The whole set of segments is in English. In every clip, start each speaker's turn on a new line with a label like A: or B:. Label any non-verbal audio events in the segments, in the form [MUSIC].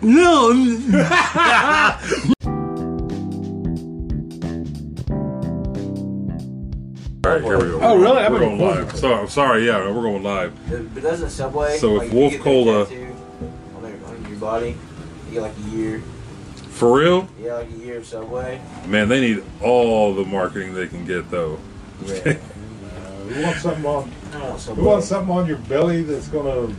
A: No.
B: All right, here we go.
C: Oh,
B: We're-
C: really? I've
B: We're
C: been-
B: going live. So I'm sorry. Yeah, we're going live.
A: But doesn't Subway?
B: So if
A: like, you
B: Wolf
A: get that
B: Cola-
A: tattoo on, their, on your body, you get like a year.
B: For real,
A: Yeah, like a year of Subway.
B: man. They need all the marketing they can get, though.
A: [LAUGHS] Yeah.
C: You want something on?
A: I don't want
C: You
A: Subway.
C: want something on your belly that's gonna?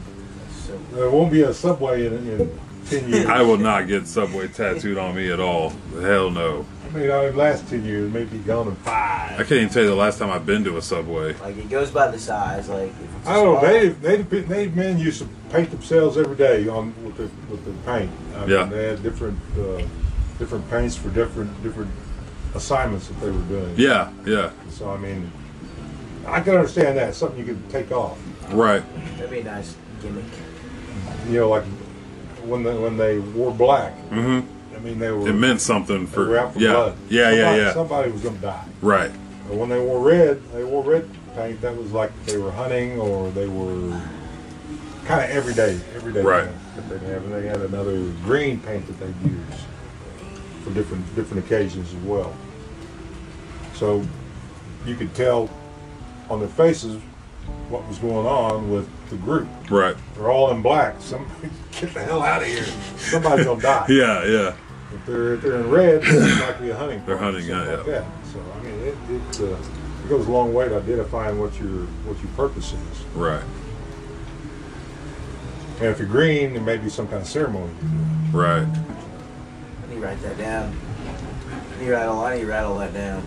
A: So-
C: There won't be a subway in, in ten years.
B: I will not get Subway tattooed on me at all. Hell no.
C: I mean, I last ten years, maybe gone in
B: I
C: five.
B: can't even tell you the last time I've been to a Subway.
A: Like it goes by the size. Like if it's a
C: I don't know.
A: small-
C: They they they men used to paint themselves every day on with the with the paint. I
B: Yeah.
C: Mean, they had different uh, different paints for different different assignments that they were doing.
B: Yeah, yeah,
C: So I mean, I can understand that something you could take off.
B: right.
A: That'd be a nice gimmick.
C: You know, like when they, when they wore black.
B: hmm
C: I mean, they were
B: It meant something
C: they
B: for
C: were out for
B: yeah,
C: blood.
B: yeah, yeah,
C: Somebody-
B: yeah.
C: Somebody was gonna die.
B: Right.
C: But when they wore red, they wore red paint. That was like they were hunting or they were kind of everyday, everyday.
B: Right.
C: thing That they'd have, and they had another green paint that they'd use for different different occasions as well. So you could tell on their faces what was going on with the group.
B: Right.
C: They're all in black. Somebody [LAUGHS] get the hell out of here. Somebody's gonna die.
B: [LAUGHS] Yeah, yeah.
C: If they're if they're in red, it's likely a hunting.
B: [COUGHS] They're
C: party or
B: hunting,
C: something
B: yeah,
C: like that. So I mean, it it, uh, it goes a long way to identifying what your what your purpose is.
B: Right.
C: And if you're green, there may be some kind of ceremony.
B: Right. [LAUGHS]
A: I need to write that down. I need to write all. I need to write all that down.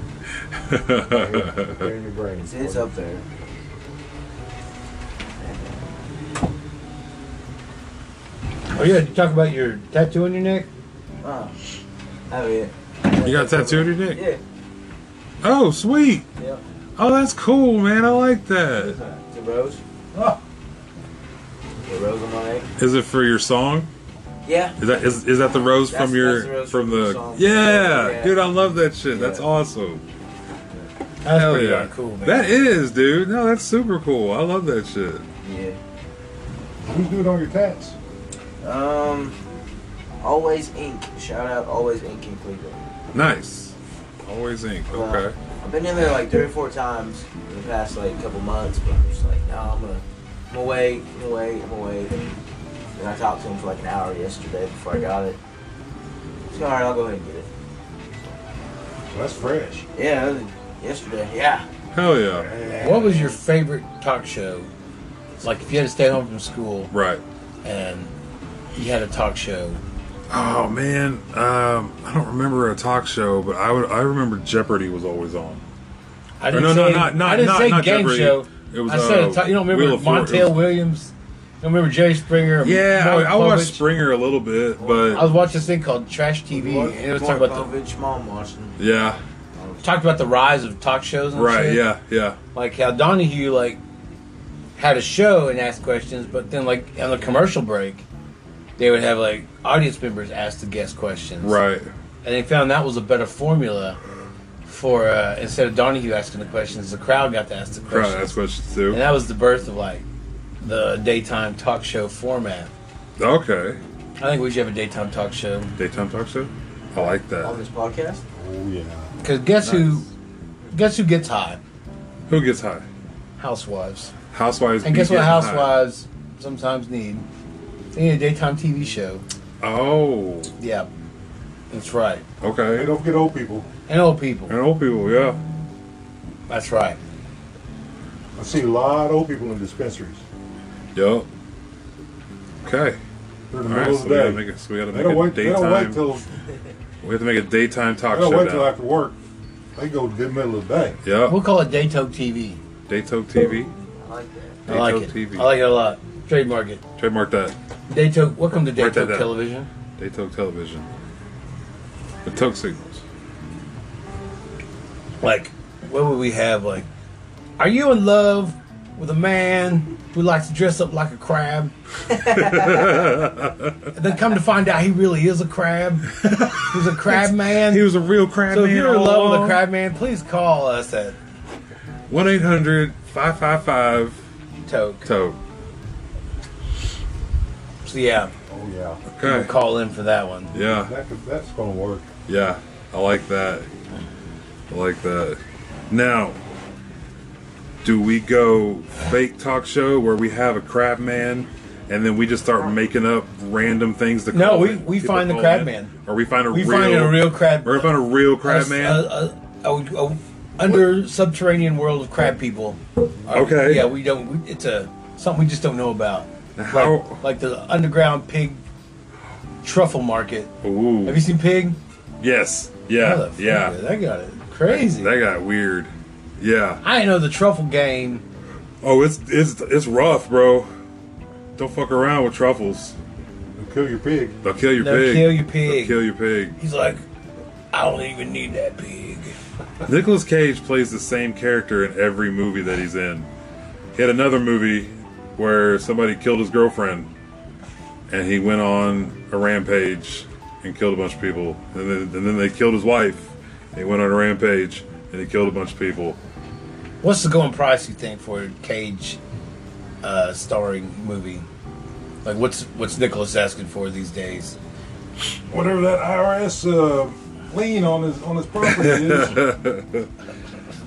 C: You do.
B: [LAUGHS]
C: They're in your brain.
A: It's, it's up there.
D: Oh yeah, you talk about your tattoo on your neck.
A: Oh, have it.
B: you got tattooed your neck?
A: Yeah.
B: Oh, sweet.
A: Yep.
B: Oh, that's cool, man. I like that.
A: It's a rose.
C: Oh.
A: The rose on my neck.
B: Is it for your song?
A: Yeah.
B: Is that is, is that the rose
A: That's-
B: from your
A: that's the rose
B: from
A: from the
B: the
A: song.
B: yeah,
A: Yeah.
B: dude? I love that shit. That's
A: Yeah.
B: awesome.
D: That's
B: Hell
D: pretty
B: yeah,
D: darn cool, man.
B: That is, dude. No, that's super cool. I love that shit.
A: Yeah.
C: Who's doing all your tats?
A: Um, Always Inc. Shout out Always Inc. in Cleveland.
B: Nice. Always ink.
A: Well,
B: Okay.
A: I've been in there like three or four times in the past like couple months, but I'm just like, no, I'm gonna, I'm gonna wait, I'm gonna wait, I'm gonna wait. And then I talked to him for like an hour yesterday before I got it. So all right, I'll go ahead and get it.
C: Well, that's fresh.
A: Yeah, that was yesterday. Yeah.
B: Hell yeah.
D: What was your favorite talk show? Like if you had to stay home from school
B: Right.
D: and you had a talk show.
B: Oh man, um, I don't remember a talk show, but I would I remember Jeopardy was always on.
D: I
B: Or no, no, not not
D: I didn't
B: not,
D: say
B: not
D: game
B: Jeopardy.
D: show.
B: It was
D: I said
B: uh,
D: a talk, you don't
B: Wheel
D: remember
B: of Fort-
D: Montel Williams. You don't remember Jerry Springer?
B: Yeah, I,
D: Maury
B: I watched
D: Povich?
B: Springer a little bit,
D: I
B: but
D: was watching this thing called Trash TV, and it was talking about
A: Markovich, Mom Washington.
B: yeah,
D: the talked about the rise of talk shows. And
B: right,
D: shit.
B: yeah, yeah,
D: Like how Donahue like had a show and asked questions, but then like on the commercial break, they would have like audience members ask the guest questions.
B: right,
D: and they found that was a better formula for uh, instead of Donahue asking the questions, the crowd got to ask the
B: right.
D: questions,
B: That's what you
D: and
B: do.
D: that was the birth of like the daytime talk show format.
B: Okay,
D: I think we should have a daytime talk show
B: daytime talk show. I like
A: On
B: that.
A: this podcast?
C: Oh yeah.
D: because guess who, guess who gets high?
B: Who gets high?
D: Housewives.
B: Housewives.
D: And
B: be
D: guess what?
B: getting high.
D: Housewives sometimes need they need a daytime TV show.
B: Oh,
D: Yeah, that's right.
C: Hey,
B: okay.
C: don't forget old people.
D: And old people.
B: And old people, yeah.
D: That's right.
C: I see a lot of old people in dispensaries.
B: Yup. Okay.
C: They're in
B: All
C: the
B: right.
C: middle
B: So
C: of
B: we
C: the
B: gotta
C: day.
B: make a, so we gotta
C: They
B: make
C: don't
B: a
C: wait. They don't wait
B: daytime.
C: till
B: We have to make a daytime
C: they
B: talk
C: don't
B: show.
C: wait till
B: now.
C: after work. They go to the middle of the day.
D: We'll
B: Yup.
D: call it Daytoke TV.
B: Daytoke TV.
A: I like that.
D: I like
B: Daytoke
D: it.
B: TV.
D: I like it a lot. Trademark it.
B: Trademark that.
D: Daytoke. Welcome to
B: Write that
D: Daytoke
B: down.
D: Television.
B: Daytoke Television. The Toke signals.
D: like what would we have like are you in love with a man who likes to dress up like a
B: [LAUGHS]
D: crab and then come to find out he really is a crab he's a
B: [LAUGHS]
D: crab man
B: was a real crab
D: so if you're in love with a crab man please call us at
B: One 555
D: toke
B: Toke.
D: so yeah
C: Oh Yeah,
B: Okay.
D: Call in for that one.
B: Yeah.
C: that could, that's gonna work.
B: Yeah. I like that. I like that. Now, do we go fake talk show where we have a crab man and then we just start making up random things to call
D: No, we-
B: in-
D: we
B: people
D: find the
B: call
D: crab
B: in?
D: man.
B: Or we find a
D: We
B: real
D: find a real crab. uh,
B: or we find a real crab
D: a-
B: man.
D: a- a- a- under subterranean world of crab people.
B: Okay.
D: Yeah, we don't. We, it's a something we just don't know about.
B: How
D: Like the underground pig truffle market.
B: ooh.
D: Have you seen Pig?
B: Yes. Yeah.
D: Motherfucker,
B: Yeah.
D: That got it crazy.
B: That got weird. Yeah.
D: I know the truffle game.
B: Oh, it's it's it's rough, bro. Don't fuck around with truffles.
C: Kill your pig.
B: They'll kill your
D: They'll
B: pig.
D: kill your pig.
B: They'll kill your pig.
D: He's like, I don't even need that pig.
B: Nicolas Cage plays the same character in every movie that he's in. He had another movie where somebody killed his girlfriend, and he went on a rampage and killed a bunch of people. And then, and then they killed his wife. And he went on a rampage and he killed a bunch of people.
D: What's the going price you think for a Cage uh, starring movie? Like what's what's Nicholas asking for these days?
C: Whatever that IRS uh, lien on his on his
B: [LAUGHS]
C: property is.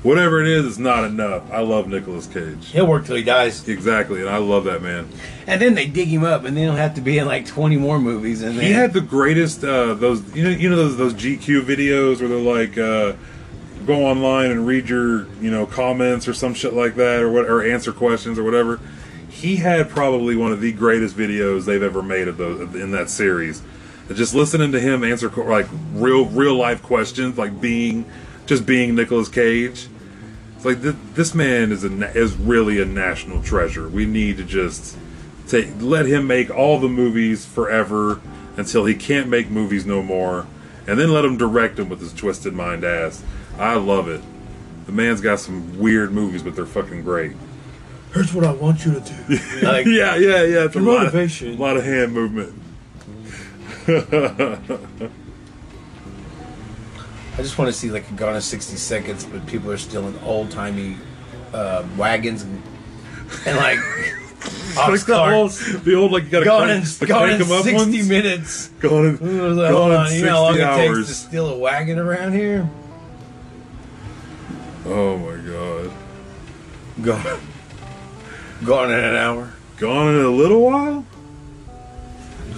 B: Whatever it is, it's not enough. I love Nicolas Cage.
D: He'll work till he dies,
B: Exactly, and I love that man.
D: and then they dig him up, and then he'll have to be in like twenty more movies. And then
B: He had the greatest uh, those you know you know those those GQ videos where they're like uh, go online and read your you know comments or some shit like that or what or answer questions or whatever. He had probably one of the greatest videos they've ever made of those in that series. Just listening to him answer que- like real real life questions like being just being Nicolas Cage. It's like th- this man is a na- is really a national treasure. We need to just take let him make all the movies forever until he can't make movies no more, and then let him direct them with his twisted mind ass. I love it. The man's got some weird movies, but they're fucking
D: [LAUGHS]
B: great.
D: here's what I want you to do.
B: [LAUGHS]
D: like,
B: yeah, yeah, yeah. It's a
D: Your
B: lot of-
D: motivation.
B: lot of hand movement.
D: I just want to see like a Gone in sixty seconds, but people are still in old timey uh, wagons and, and
B: [LAUGHS]
D: like.
B: Like
D: ox
B: the
D: carts.
B: old, [LAUGHS] the old like you gotta
D: Gone in,
B: crank, the
D: gone
B: crank
D: in
B: 'em up
D: 60
B: ones.
D: minutes.
B: Gone in,
D: I was like, [LAUGHS]
B: gone
D: hold
B: in
D: on, you
B: 60
D: know how long it takes to
B: hours.
D: steal a wagon around here?
B: Oh my god.
D: Gone. Gone in an hour.
B: Gone in a little while? [LAUGHS]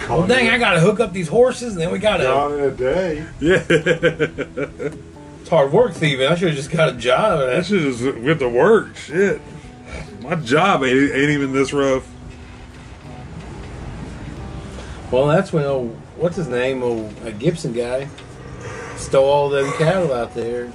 C: Oh,
D: Well, dang, I gotta hook up these horses, and then we gotta.
C: Gone in a day.
B: Yeah.
D: It's hard work thieving. I should have just got a job.
B: I
D: And
B: should just went to work. Shit. My job ain't, ain't even this rough.
D: I- well, that's when old what's his name, old uh, Gibson guy, stole all them cattle out there.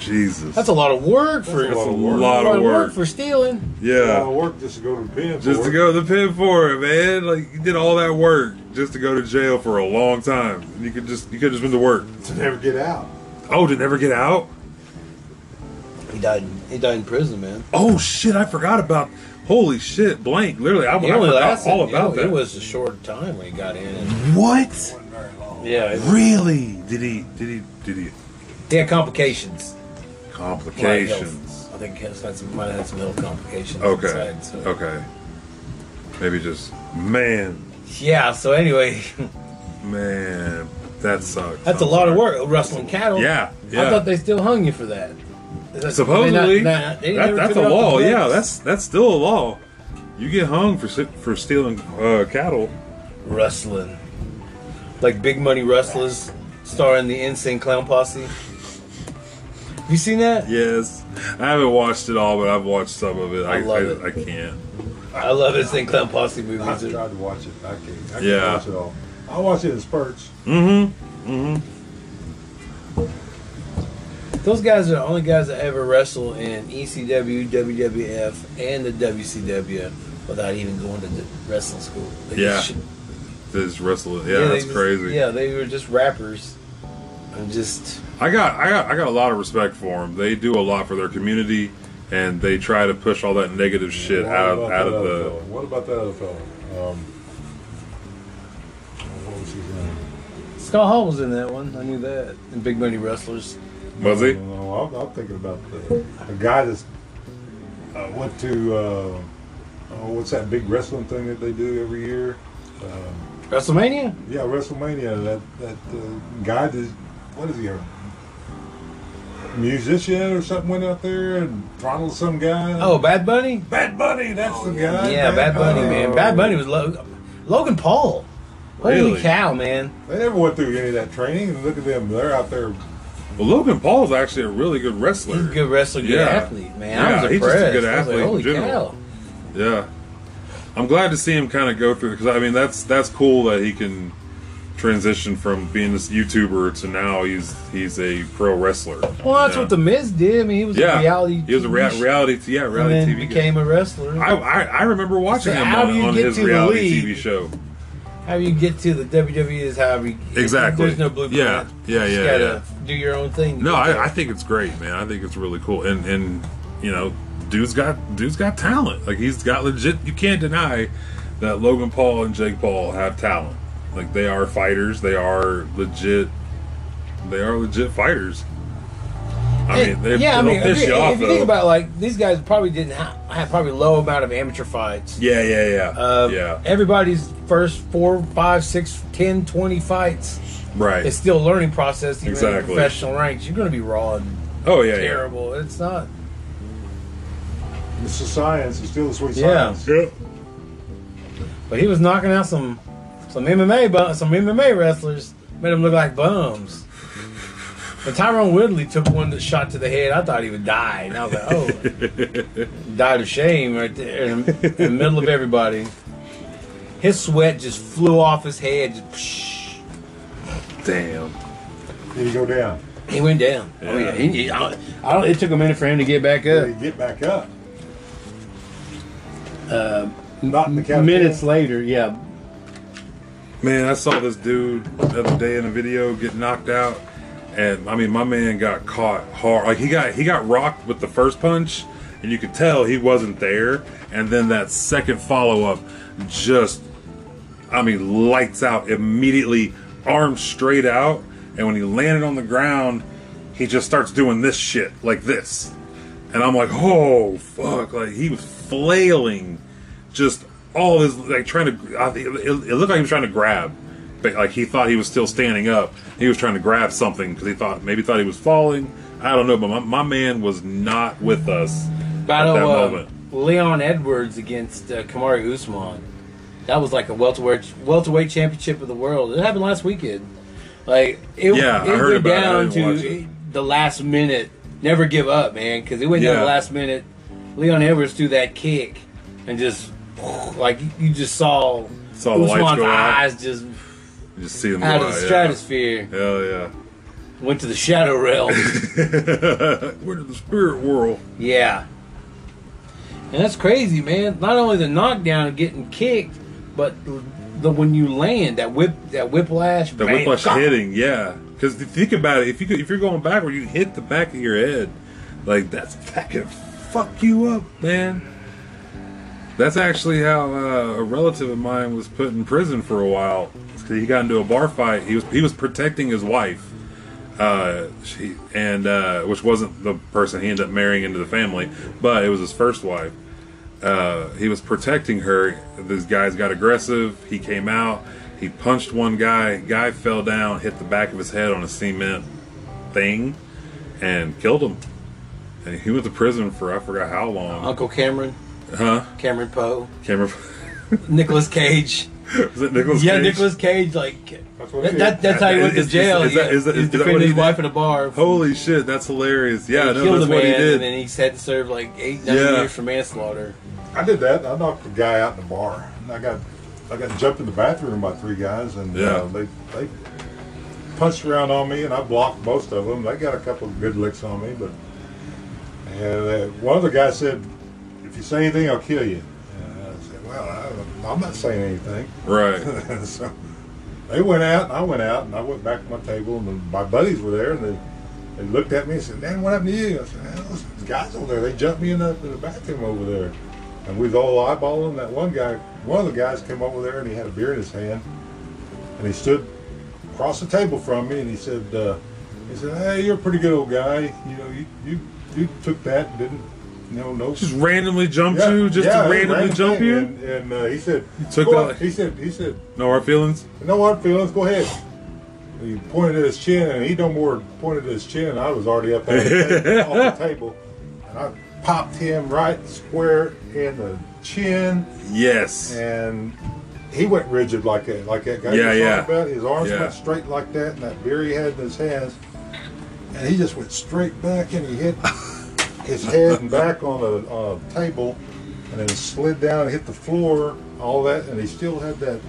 B: Jesus.
D: That's a lot of work for
C: That's a lot of
B: work.
D: a lot of
B: work.
D: work for stealing.
C: Yeah. I
B: yeah.
C: work just to go to the pen.
B: Just
C: for
B: to
C: it.
B: go to the pin for it, man. Like you did all that work just to go to jail for a long time. You could just you could just been to work.
C: to never get out.
B: Oh, to never get out?
D: He died. In, he died in prison, man.
B: Oh shit, I forgot about holy shit, blank. Literally I, I
D: He only
B: forgot
D: lasted.
B: all about
D: you know,
B: that.
D: It was a short time when he got in. And,
B: what?
D: yeah, it-
B: Really? Did he did he did he
D: he had complications.
B: complications?
D: I think he had some, might have had some health complications.
B: Okay.
D: inside, so-
B: Okay. Maybe just man,
D: Yeah. So anyway, [LAUGHS]
B: man, that sucks.
D: that's a
B: I'm
D: lot of
B: sorry.
D: work rustling cattle.
B: Yeah,
D: I
B: yeah.
D: thought they still hung you for that.
B: Supposedly,
D: They not- they
B: that,
D: never
B: that's
D: took it
B: a
D: off the
B: law.
D: books.
B: Yeah, that's that's still a law. You get hung for si- for stealing uh, cattle.
D: rustling, like big money rustlers, starring the insane clown posse. You seen that?
B: Yes, I haven't watched it all, but I've watched some of it. I
D: I love
B: I,
D: it.
B: I can't.
D: I love insane clown posse
C: I
D: movies.
C: tried
D: They're-
C: to watch it. I can't. I can't
B: Yeah.
C: watch it all. I watch it in spurts.
B: Mm-hmm. Mm-hmm.
D: Those guys are the only guys that ever wrestle in E ECW, WWF, and the WCW without even going to the wrestling school. They
B: Yeah.
D: just-
B: Just wrestling. Yeah,
D: they
B: that's
D: just-
B: crazy.
D: Yeah, they were just rappers. And just
B: I got I got I got a lot of respect for them. They do a lot for their community, and they try to push all that negative shit
C: What
B: out of
C: about
B: out
C: that
B: of
C: other
B: the.
C: Fella? What about that other fellow? Um, what was his name?
D: Scott Hall was in that one. I knew that. And Big Money Wrestlers.
B: Was he?
C: No, no, I'm, I'm thinking about the, the guy that's uh, went to uh, oh, what's that big wrestling thing that they do every year? Um,
D: WrestleMania?
C: Yeah, WrestleMania. That that uh, guy, that, what is he, a musician or something, went out there and throttled some guy.
D: Oh, Bad Bunny?
C: Bad Bunny, that's
A: Oh,
C: the
A: yeah.
C: guy.
D: yeah, Bad Bunny, man. Bad Bunny was Lo- Logan Paul. Holy
B: Really?
D: cow, man.
C: They never went through any of that training. And Look at them; they're out there.
B: Well, Logan Paul's actually a really good wrestler.
D: He's a good wrestler, good
B: Yeah.
D: athlete, man. I was
B: Yeah, he's just a
D: impressed.
B: good
D: I was like,
B: athlete in
D: Holy cow.
B: general. Yeah, I'm glad to see him kind of go through because I mean that's that's cool that he can transition from being this YouTuber to now he's he's a pro wrestler.
D: Well, that's
B: Yeah.
D: what The Miz did. I mean, he was
B: yeah
D: a reality
B: He was a rea-
D: TV
B: reality t- yeah
D: and
B: reality
D: then
B: TV. guy.
D: became a wrestler.
B: I, I I remember
D: So
B: watching him
D: how
B: on,
D: do you
B: on
D: get
B: his
D: to the
B: reality
D: league?
B: TV show.
D: how you get to the WWE is how you
B: Exactly.
D: There's no blueprint.
B: Yeah, yeah,
D: You
B: yeah,
D: just gotta do your own thing.
B: No, I, I think it's great, man. I think it's really cool, and and you know, dude's got dude's got talent. Like he's got legit. You can't deny that Logan Paul and Jake Paul have talent. Like they are fighters. They are legit. They are legit fighters. I mean, they,
D: yeah, I
B: they'll
D: mean, if,
B: piss
D: you,
B: you off
D: if you
B: though.
D: think about like these guys probably didn't have, have probably low amount of amateur fights.
B: yeah, yeah, yeah,
D: Uh,
B: yeah.
D: Everybody's first four, five, six, 10, 20 fights
B: Right.
D: is still a learning process. Even exactly.
B: Exactly.
D: professional ranks, you're going to be raw and
B: oh yeah, yeah.
D: terrible. It's not.
C: It's a science. It's still a sweet
D: Yeah.
C: science.
B: Yep.
D: But he was knocking out some some MMA bu- some MMA wrestlers, made them look like bums. But Tyrone Woodley took one that shot to the head. I thought he would die, and I was like, "Oh,
B: [LAUGHS]
D: died of shame right there in, the- in the middle of everybody." His sweat just flew off his head. Just psh,
B: Damn.
C: Then you go down.
D: he went down. Oh yeah, he, he- I, don't- I don't. It took a minute for him to get back
C: Then
D: up.
C: you get back up.
D: Uh,
C: Not in the couch.
D: minutes later, yeah,
B: Man, I saw this dude the other day in a video get knocked out, and I mean, my man got caught hard. Like he got he got rocked with the first punch, and you could tell he wasn't there. And then that second follow up, just I mean, lights out immediately, arms straight out. And when he landed on the ground, he just starts doing this shit like this, and I'm like, oh fuck! Like he was flailing just all his like trying to. I, think- it, it looked like he was trying to grab, but like he thought he was still standing up. He was trying to grab something because he thought maybe thought he was falling. I don't know, but my, my man was not with us at that
D: Battle uh,
B: moment.
D: Leon Edwards against uh, Kamari Usman. That was like a welterweight welterweight championship of the world. It happened last weekend. Like it,
B: Yeah, I
D: it
B: heard
D: went
B: about it. I
D: down
B: didn't watch
D: to
B: it.
D: the last minute. Never give up, man, because it went down to the
B: Yeah.
D: last minute. Leon Edwards threw that kick and just like you just saw,
B: Saw the lights
D: Usman's
B: go out.
D: eyes just
B: You just see him
D: out
B: go,
D: of the
B: yeah.
D: stratosphere.
B: Hell yeah!
D: Went to the shadow
B: [LAUGHS]
D: realm.
B: Where did the spirit whirl?
D: Yeah. And that's crazy, man. Not only the knockdown and getting kicked, but the when you land that whip that whiplash.
B: The
D: bam,
B: whiplash
D: gah.
B: hitting, yeah. Because think about it, if you could- if you're going backward, you hit the back of your head, like that's that could fuck you up, man. That's actually how uh, a relative of mine was put in prison for a while. 'Cause He got into a bar fight. He was he was protecting his wife, uh, she and uh, which wasn't the person he ended up marrying into the family, but it was his first wife uh, he was protecting her. These guys got aggressive. He came out. He punched one guy. Guy fell down, hit the back of his head on a cement thing, and killed him. And he went to prison for I forgot how long.
D: Uncle Cameron,
B: Huh?
D: Cameron Poe,
B: Can't remember. [LAUGHS]
D: Nicolas Cage.
B: was it Nicholas?
D: yeah,
B: Cage?
D: Nicolas Cage. Like
C: That's what
D: that,
C: he
D: that,
C: did.
D: that's how he went to
B: Is- is-
D: jail.
B: is that-
D: yeah.
B: is that-
D: He's
B: is that what
D: defending
B: he
D: his
B: did?
D: wife at a bar.
B: Holy shit, that's hilarious.
D: he
B: Yeah, no,
D: killed
B: that's
D: a man,
B: what he
D: and
B: did.
D: then he had to serve like eight, nine
B: Yeah.
D: years for manslaughter.
C: I did that. I knocked a guy out in the bar. And I got I got jumped in the bathroom by three guys, and
B: Yeah.
C: uh, they they punched around on me, and I blocked most of them. They got a couple of good licks on me, but and uh, one of the guys said, "If you say anything, I'll kill you." And I said, "Well, I, I'm not saying anything."
D: [LAUGHS]
B: Right.
C: [LAUGHS] so they went out, and I went out, and I went back to my table, and then my buddies were there, and they, they looked at me and said, "Man, what happened to you?" I said, "Man, those guys over there, they jumped me in the, in the bathroom over there." And we was all eyeballing that one guy. One of the guys came over there, and he had a beer in his hand, and he stood across the table from me, and he said, uh, "He said, hey, you're a pretty good old guy. You know, you you, you took that, and didn't No, no. [LAUGHS]
B: Just randomly jump you, just
C: yeah,
B: to
C: it was a
B: randomly
C: random
B: jump
C: thing,
B: you.
C: And, and uh, he said,
B: took
C: go
B: the-
C: on. He said, he said,
B: No hard feelings.
C: no hard feelings. Go ahead. He pointed at his chin, and he no more pointed at his chin. and I was already up out of the ta- off the table, and I popped him right square in the chin,
B: Yes.
C: and he went rigid like that, like that guy.
B: Yeah,
C: you
B: yeah.
C: About. His arms
B: Yeah.
C: went straight like that, and that beer he had in his hands, and he just went straight back, and he hit his head and back on a, on a table, and then slid down and hit the floor, all that, and he still had that,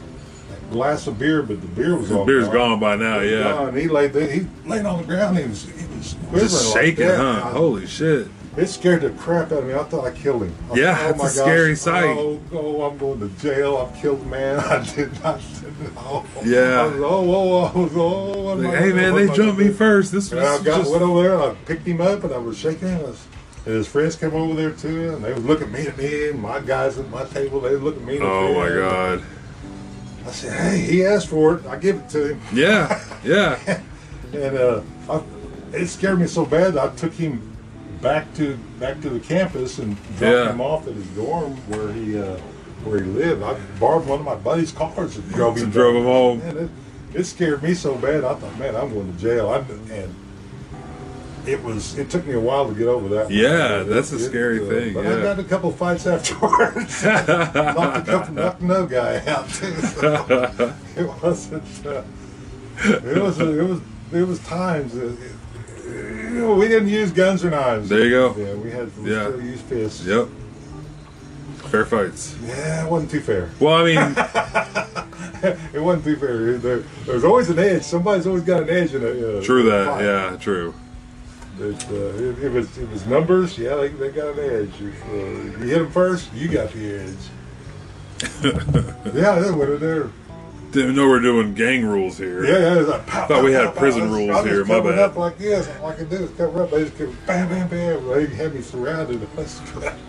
C: that glass of beer, but the beer was
B: The
C: all
B: beer's gone by now.
C: It was
B: Yeah.
C: gone. He laid there, he laid on the ground. He was he was quivering,
B: Just
C: like
B: shaking,
C: that.
B: huh?
C: I-
B: Holy shit.
C: it scared the crap out of me. I thought I killed him. I
B: Yeah,
C: thought,
B: it's a scary sight.
C: Oh, oh, I'm going to jail. I've killed a man. [LAUGHS] I did not. Oh,
B: Yeah.
C: I was, oh, oh, oh, oh, what am I
B: Like, hey
C: gonna-
B: man,
C: what
B: they
C: am I
B: jumped
C: gonna
B: me
C: do?
B: first. This
C: And I
B: was
C: got
B: just
C: went over there and I picked him up and I was shaking him. And his friends came over there too, and they was looking mean at me and my guys at my table. They looked mean at me.
B: Oh my god.
C: I said, "Hey, he asked for it. I give it to him."
B: Yeah. [LAUGHS] Yeah.
C: and uh, I, it scared me so bad that I took him back to back to the campus and dropped
B: Yeah.
C: him off at his dorm where he uh, where he lived. I borrowed one of my buddy's
B: [LAUGHS]
C: cars and drove him.
B: And drove him
C: back.
B: home.
C: Man, it, it scared me so bad. I thought, man, I'm going to jail. I, and it was it took me a while to get over that. one.
B: Yeah,
C: It-
B: that's a
C: it, uh,
B: scary thing,
C: But
B: yeah.
C: I got in a couple fights [LAUGHS] afterwards.
B: [LAUGHS]
C: knocked a couple knocked another guy out too.
B: [LAUGHS]
C: so [LAUGHS] it wasn't. Uh, it was it was it was times that it- you know, we didn't use guns or knives.
B: There you go.
C: Yeah, we had we
B: Yeah.
C: still used fists.
B: Yep. Fair fights.
C: Yeah, it wasn't too fair. [LAUGHS]
B: Well, I mean,
C: It wasn't too fair. There, there's always an edge. Somebody's always got an edge in a. Uh,
B: true that.
C: fight.
B: Yeah, true.
C: But, uh, it, it was it was numbers. Yeah, they, they got an edge. If, uh, you hit them first, you got the
B: [LAUGHS]
C: edge. yeah, they went in there.
B: Didn't know we're doing gang rules here.
C: Yeah, yeah. It was like, pow,
B: Thought we
C: pow,
B: had
C: pow, pow.
B: prison
C: I was-
B: rules
C: I was
B: here, my
C: coming
B: bad.
C: Up like this, all I could do is cover up. They just kept bam, bam, bam. They had me surrounded. [LAUGHS] It was-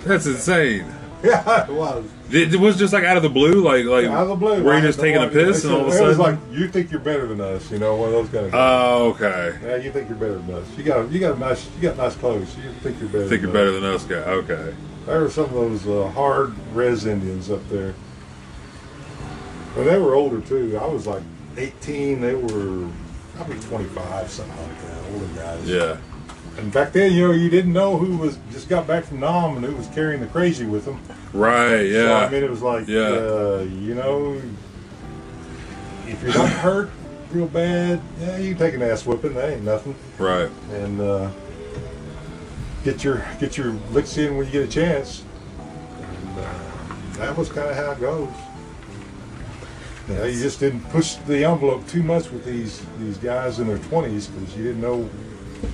B: That's insane.
C: yeah, it was.
B: It, it was just like out of the blue, like like
C: Out of the blue.
B: Were
C: I
B: you just
C: had no
B: taking a
C: idea.
B: piss
C: They
B: and all of a
C: said-
B: sudden?
C: It was like you think you're better than us. You know, one of those kind of.
B: oh, okay.
C: yeah, you think you're better than us. You got you got nice you got nice clothes. You think you're better.
B: Think
C: than
B: you're
C: us.
B: better than us, guy. Okay.
C: There were some of those uh, hard res Indians up there. But they were older too. I was like 18. They were probably 25, something like that. Older guys.
B: Yeah.
C: And back then, you know, you didn't know who was just got back from Nam and who was carrying the crazy with them.
B: Right.
C: So,
B: Yeah.
C: I mean, it was like,
B: Yeah.
C: uh, you know, if you're not hurt real bad, yeah, you can take an ass whipping. That ain't nothing.
B: right.
C: And uh, get your get your licks in when you get a chance. And, uh, that was kind of how it goes. You, know, you just didn't push the envelope too much with these these guys in their 20s because you didn't know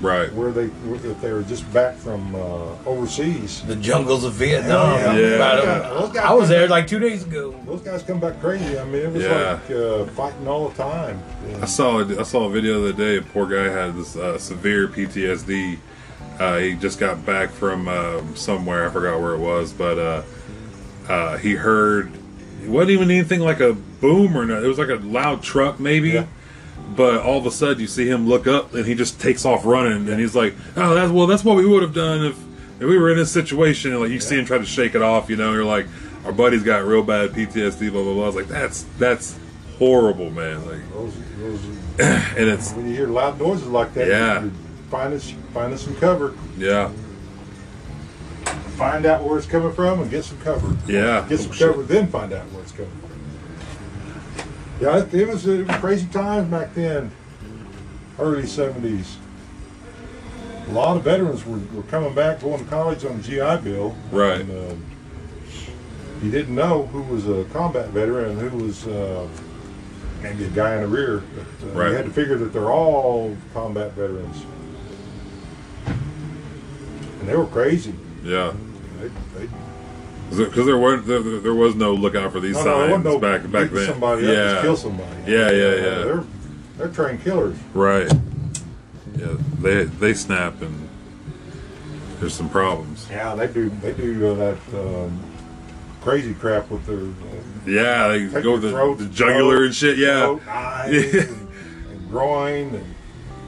B: Right.
C: where they if they were just back from uh, overseas.
D: The jungles of Vietnam.
C: Yeah.
B: Yeah.
D: About-
C: Those guys
D: Oh, I was
C: come
D: there
C: back-
D: like two days ago.
C: Those guys come back crazy. I mean, it was
B: Yeah.
C: like uh, fighting all the time.
B: I saw a, I saw a video the other day. A poor guy had this uh, severe PTSD. Uh, he just got back from um somewhere. I forgot where it was, but uh, uh, he heard it wasn't even anything like a boom or nothing. It was like a loud truck, maybe.
C: Yeah.
B: But all of a sudden, you see him look up, and he just takes off running. And he's like, "Oh, that's well, that's what we would have done if, if we were in this situation." And like you see him try to shake it off, you know. You're like, "Our buddy's got real bad PTSD." Blah blah blah. I was like, "That's that's horrible, man." Like,
C: Those, those,
B: [COUGHS] and it's
C: when you hear loud noises like that,
B: Yeah.
C: you find us find us some cover.
B: yeah,
C: Find out where it's coming from and get some cover.
B: yeah.
C: Get some
B: Oh, shit.
C: cover, then find out where it's coming from. Yeah, it, it was it was crazy times back then, early '70s. A lot of veterans were, were coming back, going to college on GI Bill.
B: Right.
C: And, um, you didn't know who was a combat veteran and who was uh, maybe a guy in the rear. But, uh,
B: Right.
C: You had to figure that they're all combat veterans, and they were crazy.
B: Yeah,
C: They, they
B: because there weren't there, there there was no lookout for these
C: No, no, there
B: signs
C: wasn't no
B: back back
C: beating
B: then.
C: Somebody up,
B: yeah,
C: just kill somebody.
B: Yeah, yeah, yeah.
C: They're they're trained killers.
B: right. Yeah, they they snap and there's some problems.
C: Yeah, they do they do uh, that um, crazy crap with their uh,
B: Yeah, they
C: Take
B: go
C: your
B: the,
C: throat,
B: the jugular
C: throat,
B: and shit. Yeah, [LAUGHS]
C: throat, eyes,
B: Yeah.
C: and, and groin, and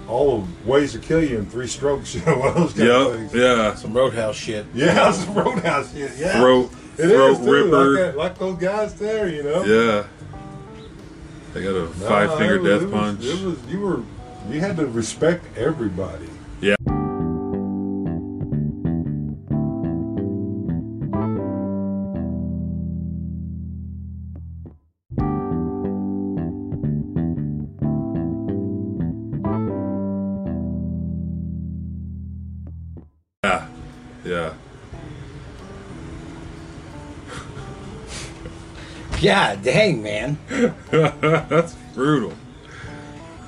C: all of ways to kill you in three strokes. [LAUGHS] You know, one of those kind of
B: Yep.
C: things.
B: Yeah.
D: Some roadhouse shit.
C: Yeah, [LAUGHS] it's a roadhouse. Yeah, yeah.
B: Throat.
C: It is,
B: throat
C: too,
B: ripper.
C: Like, that, like those guys there, you know.
B: Yeah. They got a
C: No,
B: five finger
C: it was-
B: death
C: it was-
B: punch.
C: It was you were you had to respect everybody.
B: Yeah. Yeah. Yeah. [LAUGHS]
D: God dang, man.
B: That's brutal.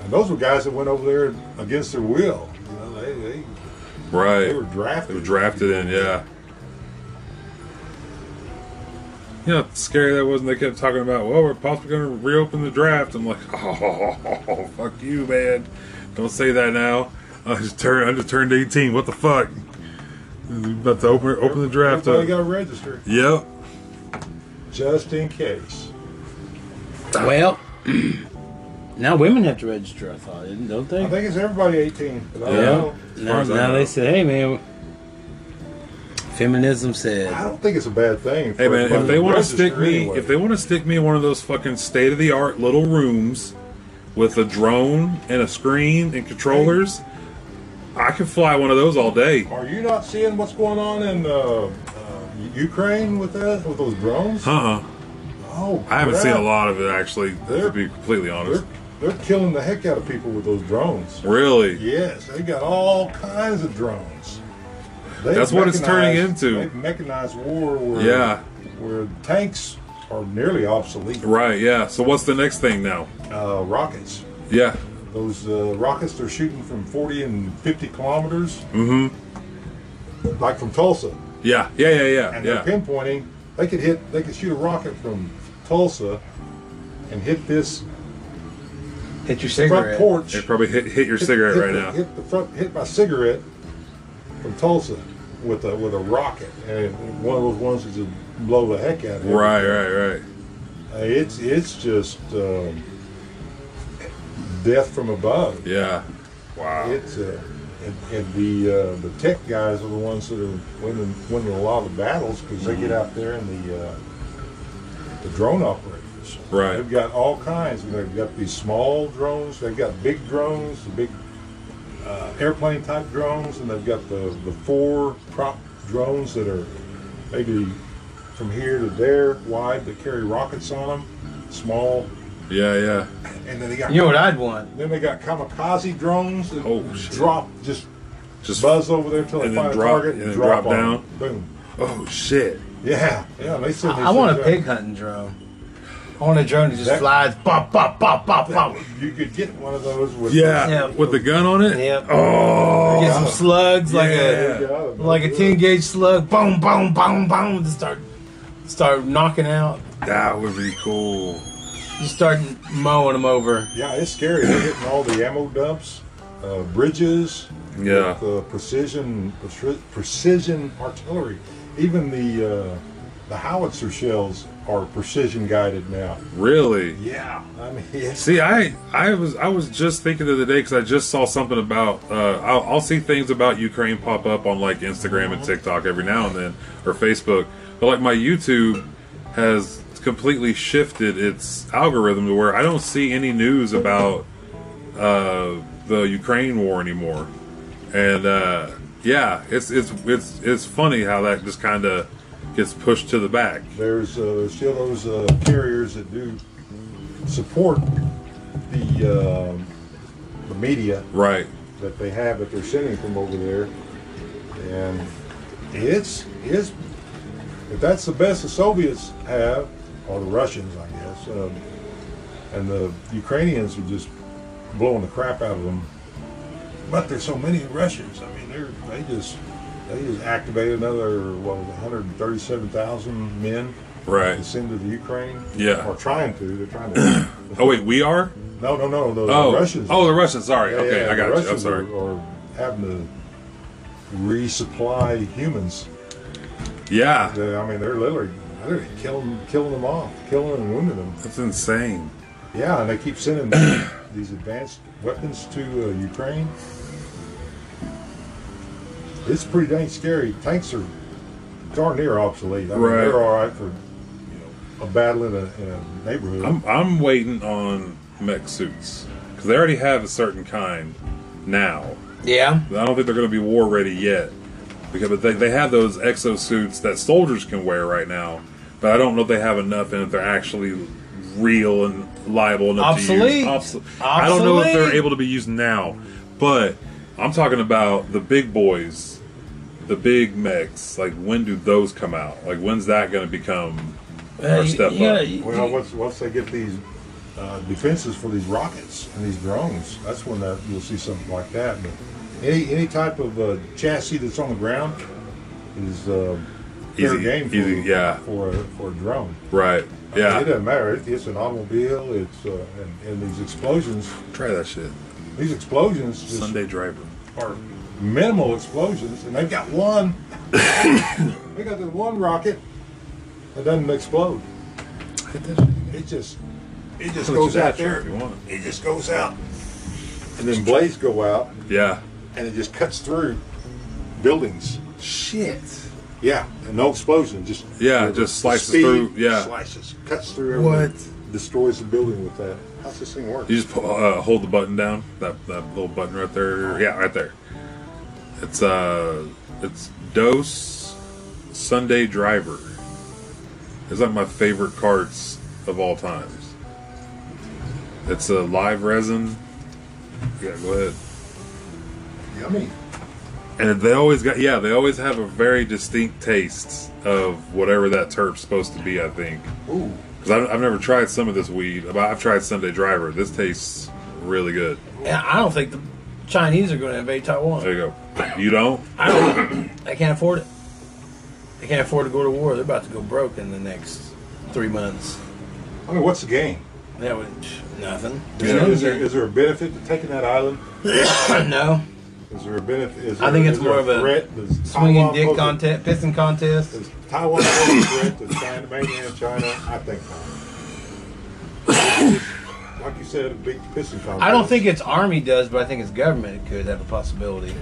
C: And those were guys that went over there against their will. You know, they they,
B: Right.
C: they were
B: They
C: drafted.
B: were drafted in, yeah. You know how scary that was, and they kept talking about, well, we're possibly going to reopen the draft. I'm like, [LAUGHS] oh, fuck you, man. Don't say that now. I just turned, I just turned 18. What the fuck? About to open, open the draft
C: Everybody
B: up.
C: got registered
B: Yep.
C: just in case.
D: Well, [CLEARS THROAT] now women have to register, I thought, didn't- don't they?
C: I think it's everybody 18. But I
D: yeah.
C: don't know.
D: Now,
B: as I
D: now
B: know.
D: they say, hey, man, feminism said.
C: I don't think it's a bad thing.
B: Hey
C: for
B: man,
C: everybody
B: if they want to
C: register
B: stick me,
C: anyway.
B: if they want to stick me in one of those fucking state of the art little rooms with a drone and a screen and controllers, I can fly one of those all day.
C: are you not seeing what's going on in uh, uh, Ukraine with that with those drones?
B: Uh huh.
C: Oh,
B: I haven't
C: crap.
B: seen a lot of it actually. To
C: They're-
B: be completely honest,
C: They're, they're killing the heck out of people with those drones.
B: really.
C: Yes, they got all kinds of drones. They've
B: That's what it's turning
C: mechanized-
B: into.
C: They've mechanized war where,
B: Yeah.
C: where tanks are nearly obsolete.
B: Right. Yeah. So what's the next thing now?
C: Uh, rockets.
B: Yeah.
C: Those uh, rockets they're shooting from 40 and 50 kilometers,
B: Mm hmm.
C: like from Tulsa.
B: Yeah. Yeah. Yeah. Yeah.
C: And
B: Yeah.
C: they're pinpointing. They could hit. They could shoot a rocket from Tulsa and hit this
D: Hit your
C: front
D: cigarette.
C: porch.
B: It probably hit hit your cigarette
C: hit,
B: right
C: the-
B: now.
C: Hit the front, hit my cigarette from Tulsa with a with a rocket, and one of those ones that just blow the heck out of you.
B: Right. Right. Right.
C: Uh, It's it's just um, death from above.
B: Yeah. Wow.
C: It's uh, and, and the uh, the tech guys are the ones that are winning winning a lot of battles because they
B: Mm-hmm.
C: get out there and the uh, the drone operators.
B: Right.
C: They've got all kinds. They've got these small drones. They've got big drones, the big uh, airplane type drones, and they've got the the four prop drones that are maybe from here to there wide that carry rockets on them. Small,
B: Yeah. Yeah.
C: and then they got
D: You know what I'd want?
C: then they got kamikaze drones that
B: Oh, shit.
C: drop just
B: Just
C: buzz over there till they
B: and then
C: find a
B: drop-
C: target
B: and
C: and,
B: then
C: drop,
B: drop
C: on
B: down.
C: them. Boom.
B: Oh shit.
C: Yeah, yeah. They send
D: I,
C: these
D: I want a
C: things out.
D: pig hunting drone. I want a drone that just
C: That-
D: flies, bop, bop, bop, bop, bop.
C: You could get one of those with
B: Yeah.
D: Yeah.
B: With the gun on it.
D: Yep.
B: Oh.
D: Get some slugs, like
B: Yeah.
D: a like a 10 gauge slug, boom, boom, boom, boom, to start start knocking out,
B: That would be cool.
D: just start mowing them over.
C: Yeah, it's scary. They're hitting all the ammo dumps, uh, bridges.
B: Yeah.
C: With, uh, precision, preci- precision artillery. Even the uh, the howitzer shells are precision guided now.
B: Really?
C: Yeah, I mean, [LAUGHS] it's,
B: See, I I was I was just thinking the other day because I just saw something about uh, I'll, I'll see things about Ukraine pop up on like Instagram and TikTok every now and then or Facebook, but like my YouTube has completely shifted its algorithm to where I don't see any news about uh, the Ukraine war anymore, and uh, yeah, it's it's it's it's funny how that just kind of gets pushed to the back.
C: there's uh, there's still those uh, carriers that do support the um the media
B: Right.
C: that they have that they're sending from over there, and it's it's if that's the best the Soviets have or the Russians, I guess, um, and the Ukrainians are just blowing the crap out of them. But there's so many Russians. I mean, they're they just they just activated another what was it, 137,000 men
B: Right.
C: to send to the Ukraine.
B: Yeah.
C: or trying to. They're trying to. [COUGHS]
B: Oh wait, we are.
C: no, no, no. The
B: Oh,
C: Russians.
B: Oh, the Russians. Sorry.
C: Yeah,
B: okay,
C: yeah,
B: I
C: the
B: got you. I'm
C: Russians
B: sorry.
C: Are, are having to resupply humans.
B: Yeah,
C: They- I mean, they're literally, literally killing, killing them off, killing and wounding them.
B: that's insane.
C: Yeah, and they keep sending [COUGHS] these advanced weapons to uh, Ukraine. It's pretty dang scary. Tanks are darn near obsolete. I mean,
B: Right.
C: They're all right for you know, a battle in a, in a neighborhood.
B: I'm I'm waiting on mech suits because they already have a certain kind now.
D: Yeah.
B: I don't think they're going to be war ready yet because but they they have those exosuits that soldiers can wear right now, but I don't know if they have enough and if they're actually real and liable enough to
D: Obsolete.
B: use. Obs- I don't know if they're
D: Obsolete.
B: able to be used now, but I'm talking about the big boys, the big mechs. Like when do those come out? Like when's that going to become?
D: Uh,
B: Or step
D: you- you
B: up.
D: gotta-
C: Well, once, once they get these uh, defenses for these rockets and these drones, that's when that, you'll see something like that. But any any type of uh, chassis that's on the ground is uh, fair
B: Easy-
C: game for,
B: easy, yeah.
C: for, a, for a drone.
B: Right.
C: It
B: Yeah.
C: doesn't matter. It, it's an automobile. It's uh, and, and these explosions.
B: Try that shit.
C: These explosions just
B: Sunday driver.
C: are minimal explosions, and they've got one.
B: [COUGHS]
C: they got this one rocket that doesn't explode. It just it just
B: Put it
C: goes
B: to that shirt
C: out there.
B: if you want
C: It just goes out, and then blades go out,
B: Yeah.
C: and it just cuts through buildings.
B: Shit.
C: Yeah, and no explosion. Just
B: Yeah,
C: the-
B: just
C: the
B: slices through, yeah.
C: slices, cuts through. everything, destroys the building with that? How's this thing work?
B: You just pu- uh, hold the button down. That that little button right there. Yeah, right there. It's uh, it's Dose Sunday Driver. It's like my favorite carts of all times. It's a live resin. Yeah, go ahead.
C: Yummy.
B: And they always got yeah, they always have a very distinct taste of whatever that turp's supposed to be. I think.
C: Ooh.
B: Because I've, I've never tried some of this weed, but I've tried Sunday Driver. This tastes really good.
D: Yeah, I don't think the Chinese are going to invade
B: There
D: Taiwan.
B: you go. You don't?
D: I don't. They can't afford it. They can't afford to go to war. They're about to go broke in the next three months.
C: I mean, what's the game?
D: That would nothing.
C: Is, there, is, there, is there a benefit to taking that island?
D: no
C: Is there a benefit? Is
D: I
C: there-
D: think it's
C: is there
D: more of a
C: threat? Does
D: swinging
C: Taiwan
D: dick
C: pose a-
D: contest, pissing contest.
C: Does Taiwan pose a threat to China, mainland China? I think not. like you said, a big pissing contest.
D: I don't think its army does, but I think its government could have a possibility.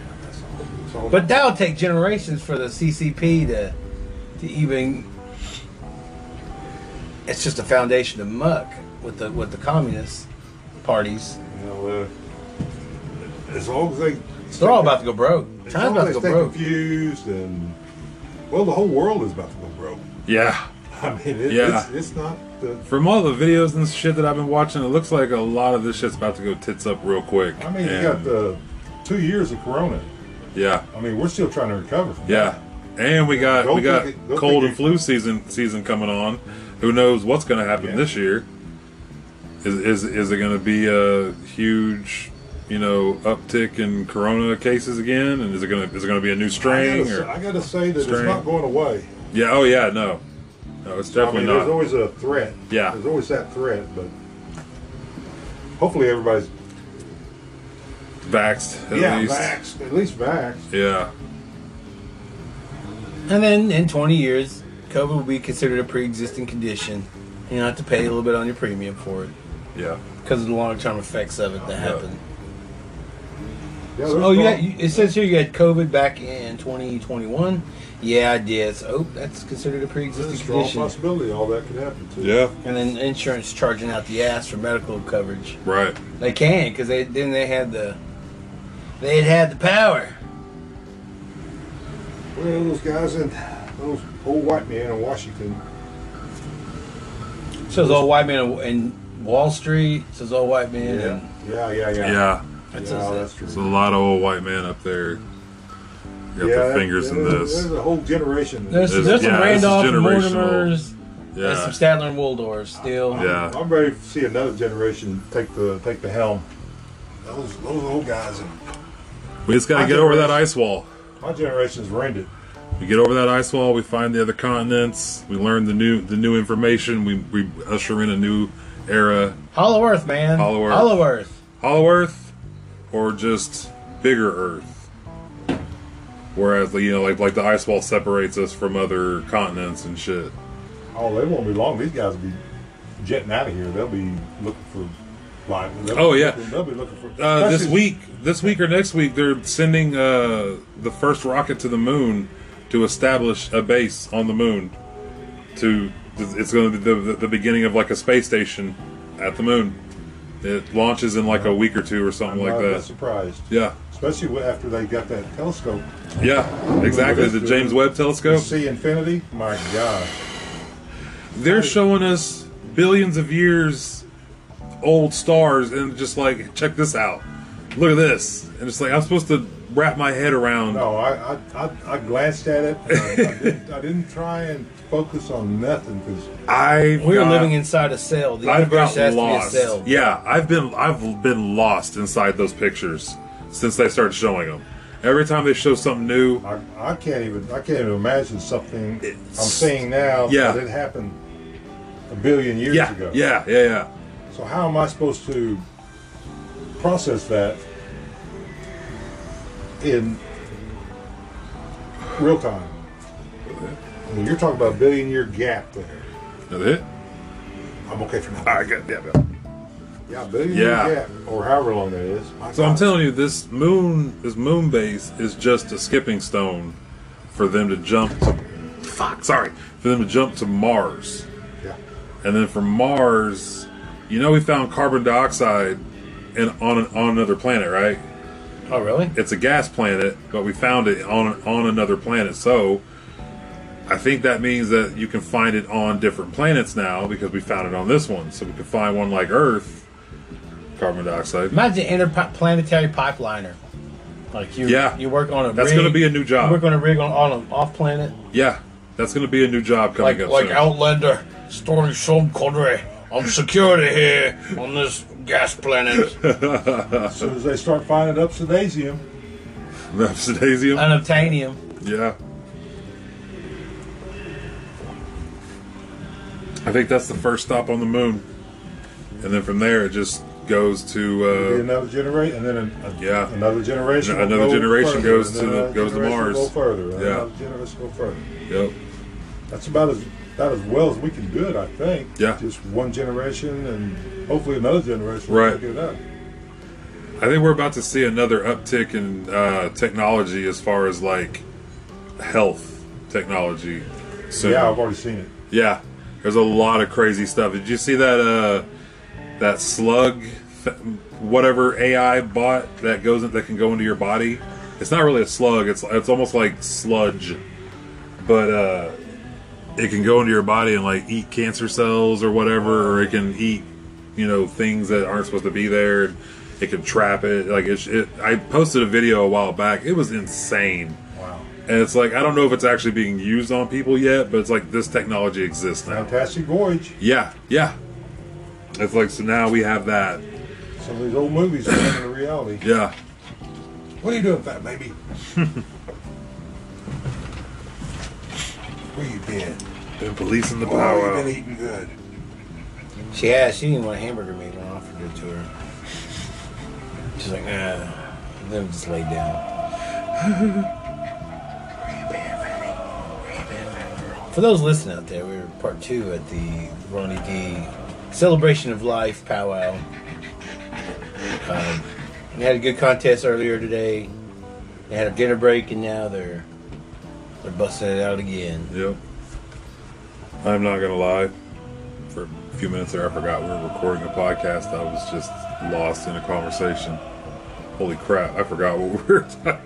C: It's all-
D: But that'll take generations for the CCP to to even. It's just a foundation of muck with the with the communist parties.
C: you know, uh, as long as they,
D: They're all about to go broke.
C: as
D: China's
C: long
D: about
C: as
D: to
C: they
D: go
C: stay
D: broke.
C: confused, and well, the whole world is about to go broke. [LAUGHS]
B: Yeah.
C: I mean, it,
B: Yeah.
C: it's, it's not the.
B: From all the videos and shit that I've been watching, it looks like a lot of this shit's about to go tits up real quick.
C: I mean, you
B: And-
C: got the two years of Corona.
B: Yeah.
C: I mean, we're still trying to recover from
B: Yeah. And we got
C: Don't
B: we got
C: think it- don't
B: cold
C: think
B: and
C: it-
B: flu season season coming on. Who knows what's going to happen
C: Yeah.
B: this year? Is is is it going to be a huge, you know, uptick in corona cases again? And is it going to is it going to be a new
C: I
B: strain?
C: gotta,
B: Or,
C: say, I gotta say that
B: Strain.
C: it's not going away.
B: yeah. Oh yeah. No. No, it's
C: I
B: definitely
C: mean,
B: not.
C: there's always a threat.
B: Yeah.
C: There's always that threat, but hopefully everybody's
B: vaxxed at
C: yeah,
B: least.
C: vaxxed. At least vaxxed.
B: Yeah.
D: And then in 20 years, COVID will be considered a pre-existing condition. You will have to pay a little bit on your premium for it
B: Yeah.
D: because of the long-term effects of it that happen.
C: Yeah,
D: So-
C: there's
D: oh, you,
C: prob-
D: had, you- it says here you had COVID back in 2021. Yeah, I did. So, oh, that's considered a pre-existing
C: There's a strong
D: condition.
C: possibility all that could happen too.
B: Yeah.
D: And then insurance charging out the ass for medical coverage.
B: Right.
D: They can because they then they had the they had had the power.
C: Well, those guys in those old white men in Washington.
D: So it's all white men in- in Wall Street. So it's all white men.
C: Yeah. Yeah. Yeah. Yeah.
B: Yeah.
D: That's
C: Yeah,
D: us.
C: that's true.
B: It's a lot of old white men up there. Got
C: yeah,
B: their
C: that-
B: fingers in
C: there's-
B: this.
C: There's a whole generation.
D: There's,
B: This-
D: there's
B: yeah,
D: some
B: this is
D: Randolph
B: generational.
D: Mortimers. There's
B: Yeah.
D: some Stadler and Waldorf still.
B: Yeah.
C: I'm ready to see another generation take the take the helm. Those those old guys in
B: We just got to
C: I
B: get
C: think
B: over that
C: we're-
B: ice wall.
C: my generation's rendered.
B: We get over that ice wall. We find the other continents. We learn the new the new information. We, we usher in a new era.
D: Hollow Earth, man.
B: Hollow Earth.
D: Hollow Earth.
B: Hollow Earth, or just bigger Earth. Whereas you know, like like the ice wall separates us from other continents and shit.
C: Oh, they won't be long. These guys will be jetting out of here. They'll be looking for Right.
B: Oh, yeah.
C: They'll be looking for.
B: Uh, this
C: especially-
B: week, this week or next week, they're sending uh, the first rocket to the moon to establish a base on the moon. To it's going to be the, the, the beginning of like a space station at the moon. It launches in like a week or two or something
C: I'm
B: like
C: not
B: that.
C: surprised.
B: Yeah,
C: Especially wh- after they got that telescope.
B: yeah, exactly. The James Webb
C: You
B: Telescope.
C: see infinity? My God.
B: They're showing us billions of years old stars and just like check this out. Look at this, and it's like I'm supposed to wrap my head around.
C: No, I I, I, I glanced at it. and I, I,
B: [LAUGHS]
C: didn't, I didn't try and focus on nothing because
B: I
D: We're living inside a cell. The
B: I've
D: universe
B: got
D: has
B: lost.
D: to be a cell.
B: Yeah, I've been I've been lost inside those pictures since they started showing them. Every time they show something new,
C: I, I can't even I can't even imagine something I'm
B: It's-
C: seeing now
B: Yeah.
C: that it happened a billion years
B: yeah,
C: ago.
B: yeah, yeah, yeah.
C: So how am I supposed to process that in real time? I mean, you're talking about a billion year gap there.
B: Is it?
C: I'm okay for now.
B: All right, good. Yeah, yeah.
C: Yeah, a billion
B: Yeah.
C: year gap, or however long that is. My
B: So I'm
C: God.
B: telling you, this moon, this moon base is just a skipping stone for them to jump. To, fuck, sorry, for them to jump to Mars,
C: Yeah.
B: and then from Mars, you know, we found carbon dioxide in, on an, on another planet, right?
D: Oh, really?
B: it's a gas planet, but we found it on on another planet. So I think that means that you can find it on different planets now because we found it on this one. So we could find one like Earth, carbon dioxide.
D: Imagine interplanetary pipeliner. Like you,
B: Yeah.
D: you work on a.
B: That's
D: rig-
B: gonna be a new job.
D: You work on a rig on, on an off planet,
B: Yeah, that's going to be a new job coming
D: like
B: up.
D: like
B: soon. [LAUGHS]
D: Outlander, story some country. I'm security here on this gas
B: [LAUGHS]
D: planet.
C: As soon as they start finding upsidasium,
B: Rhapsodasium.
D: Unobtainium.
B: Yeah. I think that's the first stop on the moon, and then from there it just goes
C: be
B: to uh,
C: another generation, and then an- a-
B: Yeah.
C: another generation. will
B: Another
C: go
B: generation
C: further,
B: goes to
C: and then
B: the-
C: another
B: goes to
C: generation will
B: Mars.
C: Go further. and
B: Yeah.
C: Another generation go further.
B: uh, yep.
C: That's about as about as well as we can do it, I think.
B: Yeah.
C: Just one generation, and hopefully another generation
B: Right.
C: will pick it up.
B: I think we're about to see another uptick in uh, technology as far as like health technology. Soon.
C: Yeah, I've already seen it.
B: Yeah. There's a lot of crazy stuff. Did you see that uh, that slug, th- whatever AI bot that goes in, that can go into your body? It's not really a slug. It's it's almost like sludge, but uh, it can go into your body and like eat cancer cells or whatever, or it can eat you know things that aren't supposed to be there. And it can trap it. Like it's it, I posted a video a while back. It was insane.
C: Wow.
B: And it's like I don't know if it's actually being used on people yet, but it's like this technology exists now.
C: Fantastic voyage.
B: Yeah, yeah. It's like so now we have that.
C: Some of these old movies are coming to reality.
B: Yeah.
C: What are you doing, fat [LAUGHS] baby? Where you been?
B: Been policing the
C: Oh, you
B: power.
C: been eating good.
D: She had. She didn't want a hamburger meat when I offered it to her. She's like, nah. And Then just laid down. [LAUGHS] For those listening out there, we were part two at the Ronnie D Celebration of Life powwow. Um, we had a good contest earlier today. They had a dinner break, and now they're they're busting it out again.
B: Yep. I'm not gonna lie. For a few minutes there I forgot we were recording a podcast. I was just lost in a conversation. Holy crap, I forgot what [LAUGHS] we were talking.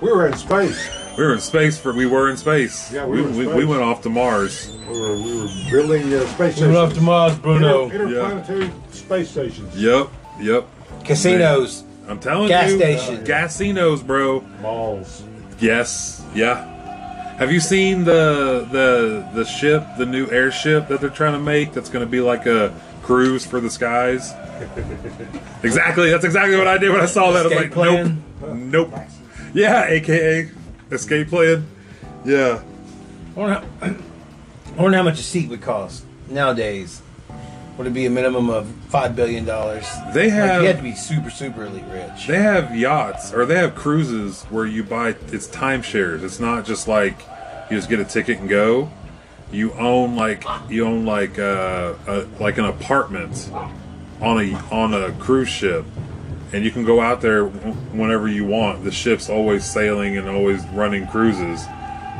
C: We were in space.
B: We were in space for we were in space.
C: Yeah, we were in
B: we, we
C: space.
B: went off to Mars.
C: We were, we were building uh, space
D: We
C: stations.
D: went off to Mars,
C: Inter-
D: Bruno.
C: interplanetary space stations.
B: Yep, yep.
D: Casinos.
B: I'm telling
D: Gas
B: you.
D: station.
B: Casinos, bro.
C: Malls.
B: Yes. Yeah. Have you seen the the the ship, the new airship that they're trying to make? That's going to be like a cruise for
D: [LAUGHS]
B: the skies. exactly. That's exactly what I did when I saw that. I was
D: Escape
B: like,
D: plan?
B: nope, nope. Yeah, aka escape plan. Yeah.
D: I wonder, how, [CLEARS THROAT] I wonder how much a seat would cost nowadays. Would it be a minimum of five billion dollars?
B: They
D: Like
B: have-
D: you have to be super, super elite rich.
B: They have yachts or they have cruises where you buy it's timeshares. It's not just like you just get a ticket and go. You own like you own like uh, a, like an apartment on a on a cruise ship, and you can go out there wh- whenever you want. The ship's always sailing and always running cruises,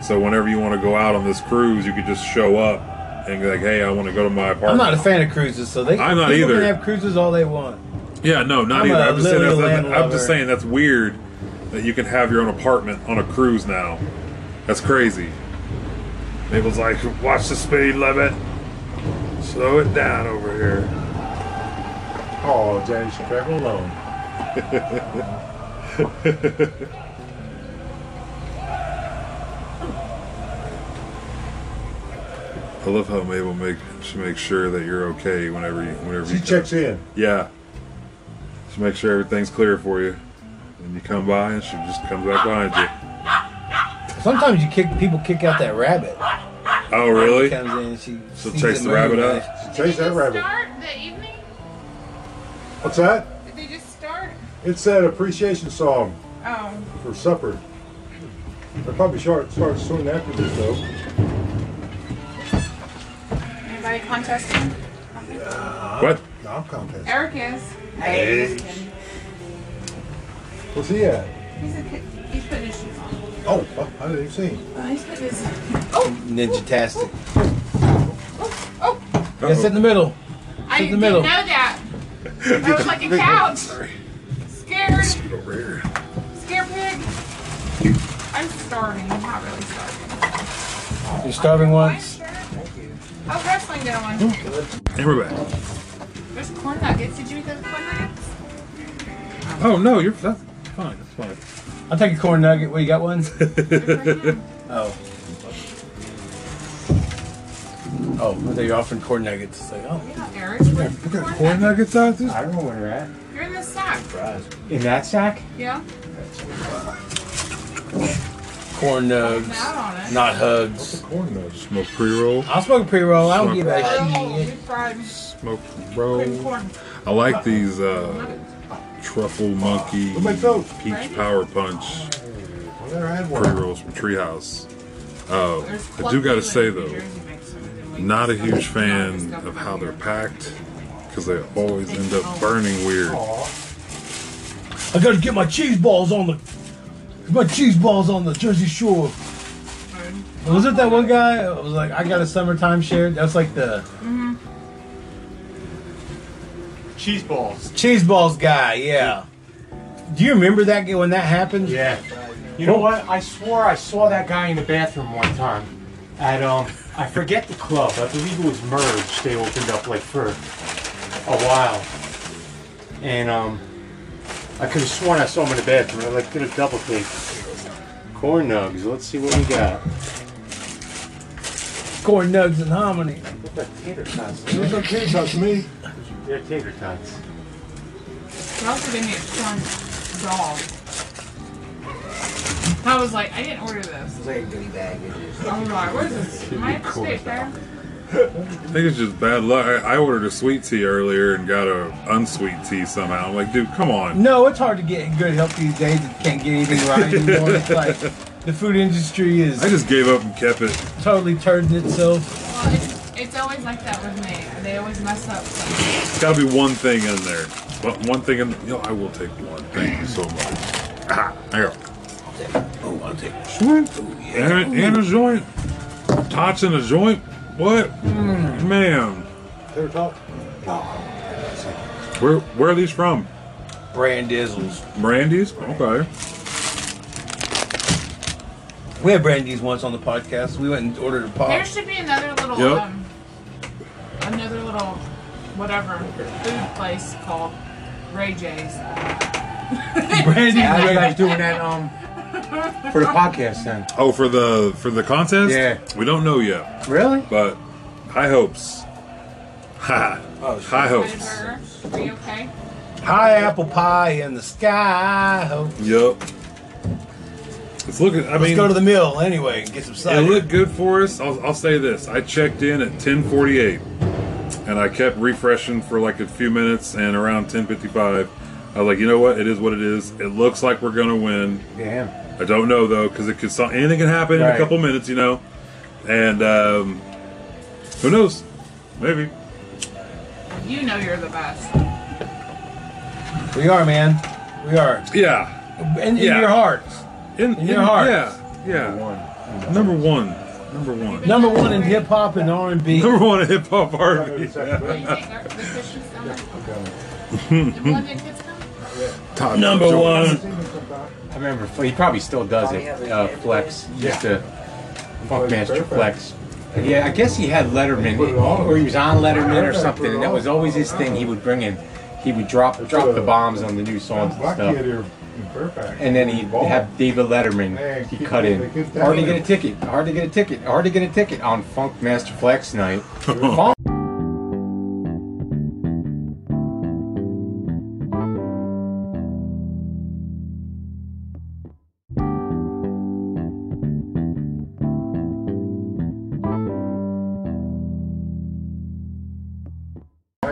B: so whenever you want to go out on this cruise, you could just show up and be like, "Hey, I want to go to my
D: I'm
B: apartment."
D: not a fan of cruises, so they
B: I'm not
D: people
B: either.
D: Can have cruises all they want.
B: Yeah, no, not
D: I'm
B: either.
D: a
B: I'm just, saying that's,
D: literal
B: I'm just
D: landlubber.
B: saying that's weird that you can have your own apartment on a cruise now. That's crazy. Mabel's like, watch the speed limit. Slow it down over here.
C: Oh, James Chicago alone.
B: I love how Mabel make she makes sure that you're okay whenever you whenever
C: She
B: you
C: checks in.
B: Yeah. She makes sure everything's clear for you. And you come by and she just comes back behind you.
D: Sometimes you kick people kick out that rabbit.
B: Oh really?
D: Comes in, and she
B: She'll
D: sees
B: chase
D: it
B: the
D: moving,
B: rabbit
D: like,
B: out.
C: She
E: Did they
C: chased that
E: just
C: rabbit.
E: start the evening?
C: What's that?
E: Did they just start?
C: It's that appreciation song
E: Oh,
C: for supper. They'll probably start, start soon after this, though.
E: anybody contesting?
B: What?
C: No, I'm contesting.
E: Eric is.
C: Hey. Where's he at?
E: He's, a, kid- he's putting his shoes on.
C: Oh, I- I didn't even see him.
E: Oh, he's putting his. Oh,
D: Ninja tastic.
E: oh, oh.
D: Yeah, sit in the middle.
E: I
D: in the
E: didn't
D: middle.
E: know that. I was like a couch. Scared.
B: Over here.
E: Scared pig. I'm starving. I'm not really starving.
D: You're starving
E: I'm
D: once.
E: starving. Oh, wrestling going.
B: And we're back.
E: There's corn nuggets. Did you eat those corn nuggets?
B: Oh no, you're that's fine, that's fine.
D: I'll take a corn nugget. What you got
B: [LAUGHS]
D: one? oh. Oh, they're offering corn nuggets. It's like, oh.
E: Yeah, Eric. where's the corn
B: Corn
E: nuggets?
B: nuggets out there?
F: I don't know where they're at.
E: You're in the sack.
F: In that sack?
E: Yeah.
D: Corn nugs.
E: It's out on it.
D: Not hugs.
C: Corn nuts.
B: Smoke pre roll.
D: I'll smoke a pre roll. I don't give a
E: Oh,
D: shit.
E: you fried
B: Smoke
E: putting
B: roll.
E: corn
B: I like these uh,
E: nuggets.
B: truffle monkey
C: Somebody throw.
B: peach power punch
C: I never had
B: pre
C: one.
B: rolls from Treehouse. Uh,
E: There's
B: I do gotta
E: Clucky
B: say
E: and New
B: though,
E: Jersey mix them, and then we
B: not a
E: just
B: huge
E: stuff it
B: fan
E: in
B: of how they're
E: here.
B: packed because they always end up burning weird.
D: I gotta get my cheese balls on the. My cheese balls on the Jersey Shore. Was it that one guy? It was like, I got a summertime share. That's like the
E: Mm-hmm.
F: Cheese balls.
D: cheese balls guy. Yeah. Do you remember that guy when that happened?
F: Yeah. You know what? I swore I saw that guy in the bathroom one time. At um, I forget the club. I believe it was Merge. They opened up like for a while, and um, I could have sworn I saw him in the bathroom. I like did a double take. Corn nugs. Let's see what we got.
D: Corn nugs and hominy.
F: What the tater tots?
C: There's no kids touch me.
F: They're tater tots.
E: They also gave me a corn dog. I was like, I didn't order this.
A: It's like a goodie bag. It is.
E: I was like, what is this? Am I up to state fair?
B: I think it's just bad luck. I, I ordered a sweet tea earlier and got a unsweet tea somehow. I'm like, dude, come on.
D: No, it's hard to get good help these days. You can't get anything right anymore. It's like the food industry is
B: I just gave up and kept it.
D: totally turned itself.
E: Well, it's, it's always like that with me. They always mess up. something.
B: It's got to be one thing in there. But one thing in you know, I will take one. Thank you so much. Ah, there.
A: Oh, I'll take Oh, it.
B: Sweet. And, and a joint. Tots in a joint. What? Mm, man.
C: Tater tot.
A: Oh,
B: Where where are these from?
D: Brand Dizzles.
B: Brandy's? Okay.
D: We had Brandy's once on the podcast. We went and ordered a
E: There
D: pop.
E: should be another little,
B: Yep.
E: um, another little, whatever, food place called Ray J's.
D: Brandy's.
F: Yeah, I
D: Ray-
F: guys doing that um for the podcast then.
B: Oh, for the for the contest?
F: Yeah.
B: We don't know yet,
F: Really?
B: but high hopes. [LAUGHS] Ha.
A: Oh, shit.
B: High hopes.
E: Burger. Are you okay?
D: High apple pie in the sky. Ho-
B: Yep. It's looking. I
D: Let's
B: mean,
D: go to the mill anyway and get some
B: it
D: cider.
B: looked good for us. I'll, I'll say this: I checked in at 10:48, and I kept refreshing for like a few minutes. And around 10:55, I was like, you know what? It is what it is. It looks like we're gonna win.
F: Damn.
B: I don't know though, because it could so- anything can happen in a
F: Right.
B: couple minutes, you know. And um, who knows? Maybe.
E: You know you're the best.
D: We are, man. We are.
B: Yeah.
D: In, in
B: Yeah.
D: your hearts.
B: In,
D: In your heart.
B: Yeah. Yeah. Number one. Number one. [LAUGHS]
D: Number one in hip hop and R and B.
B: Number one in hip hop R&B.
E: What do you think? Are- The Christian stomach? The one that gets them?
B: Top Number one.
F: I remember Fle- he probably still does it. Uh, Flex used to funk master Flex. Yeah, I guess he had Letterman, or he was on Letterman or something, and that was always his thing. He would bring in, he would drop drop the bombs on the new songs and
C: Black kid
F: stuff,
C: here in Fairfax.
F: and then he'd have David Letterman. He cut in. Hard to get a ticket. Hard to get a ticket. Hard to get a ticket on Funk Master Flex [LAUGHS] night. Funk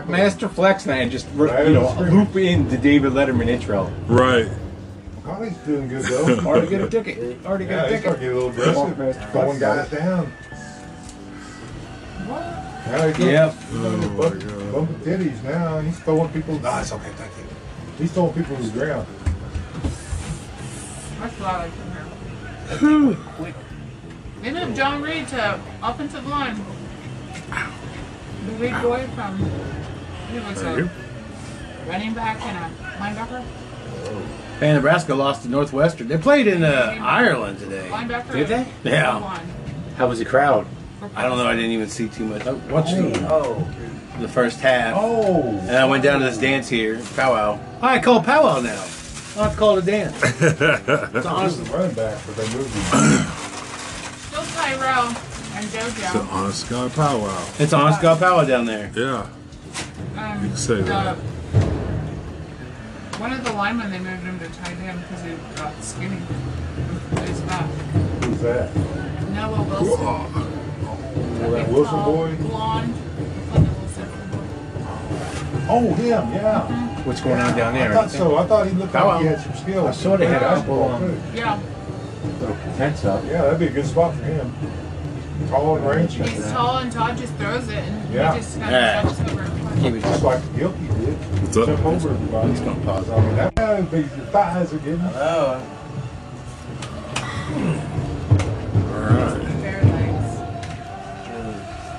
F: Master Flex night and just you know loop in the David Letterman intro.
B: Right. [LAUGHS]
C: Connie's doing good
F: [LAUGHS]
C: though.
F: Hard to get a ticket. Hard to get
C: yeah,
F: a
C: he's
F: ticket.
C: starting to get a little aggressive. Master Going guys down. Now he's
F: Yep.
C: bumping, bumping, bumping titties now, and he's throwing people. Oh, No, it's okay, thank you. He's throwing people to the ground.
E: That's what I like from her. They moved John Reed to offensive line. The big boy from he was a running back and a linebacker.
D: And Nebraska lost to Northwestern. They played in uh, Ireland today.
E: Linebacker.
F: Did they?
D: Yeah.
E: One.
F: How was the crowd?
D: I don't know. I didn't even see too much. I watched the,
A: Oh,
D: the first half.
C: Oh,
D: And I went down to this dance here, powwow. I call powwow now. I have to call it a dance. it's
C: he's
D: honest.
C: the running back, but they moved him.
E: Still Tyrell and JoJo.
B: It's an honest guy powwow.
D: It's honest call powwow down there.
B: Yeah.
E: um,
B: can say
E: the-
B: that.
E: One of the linemen they moved him to tight end because he got skinny. He's back.
C: Who's that?
E: Noah Wilson.
C: Oh, that Wilson
E: tall,
C: boy?
E: Blonde. Like a Wilson.
C: Oh, him, yeah.
F: What's going on down there?
C: I thought so. I thought he looked like he had some skills.
F: I saw they had
C: Yeah,
F: a couple
C: basketball,
F: on.
C: too.
E: Yeah.
F: That's up.
C: Yeah, that'd be a good spot for him. Tall and rangy.
E: He's tall and Todd just throws it and
C: Yeah.
E: he just kind
D: Yeah.
E: of steps over.
C: Just like Gilkey did.
B: What's up?
C: Jump over everybody. He's gonna pause on that. Yeah, but your thighs are getting.
A: oh,
E: Bare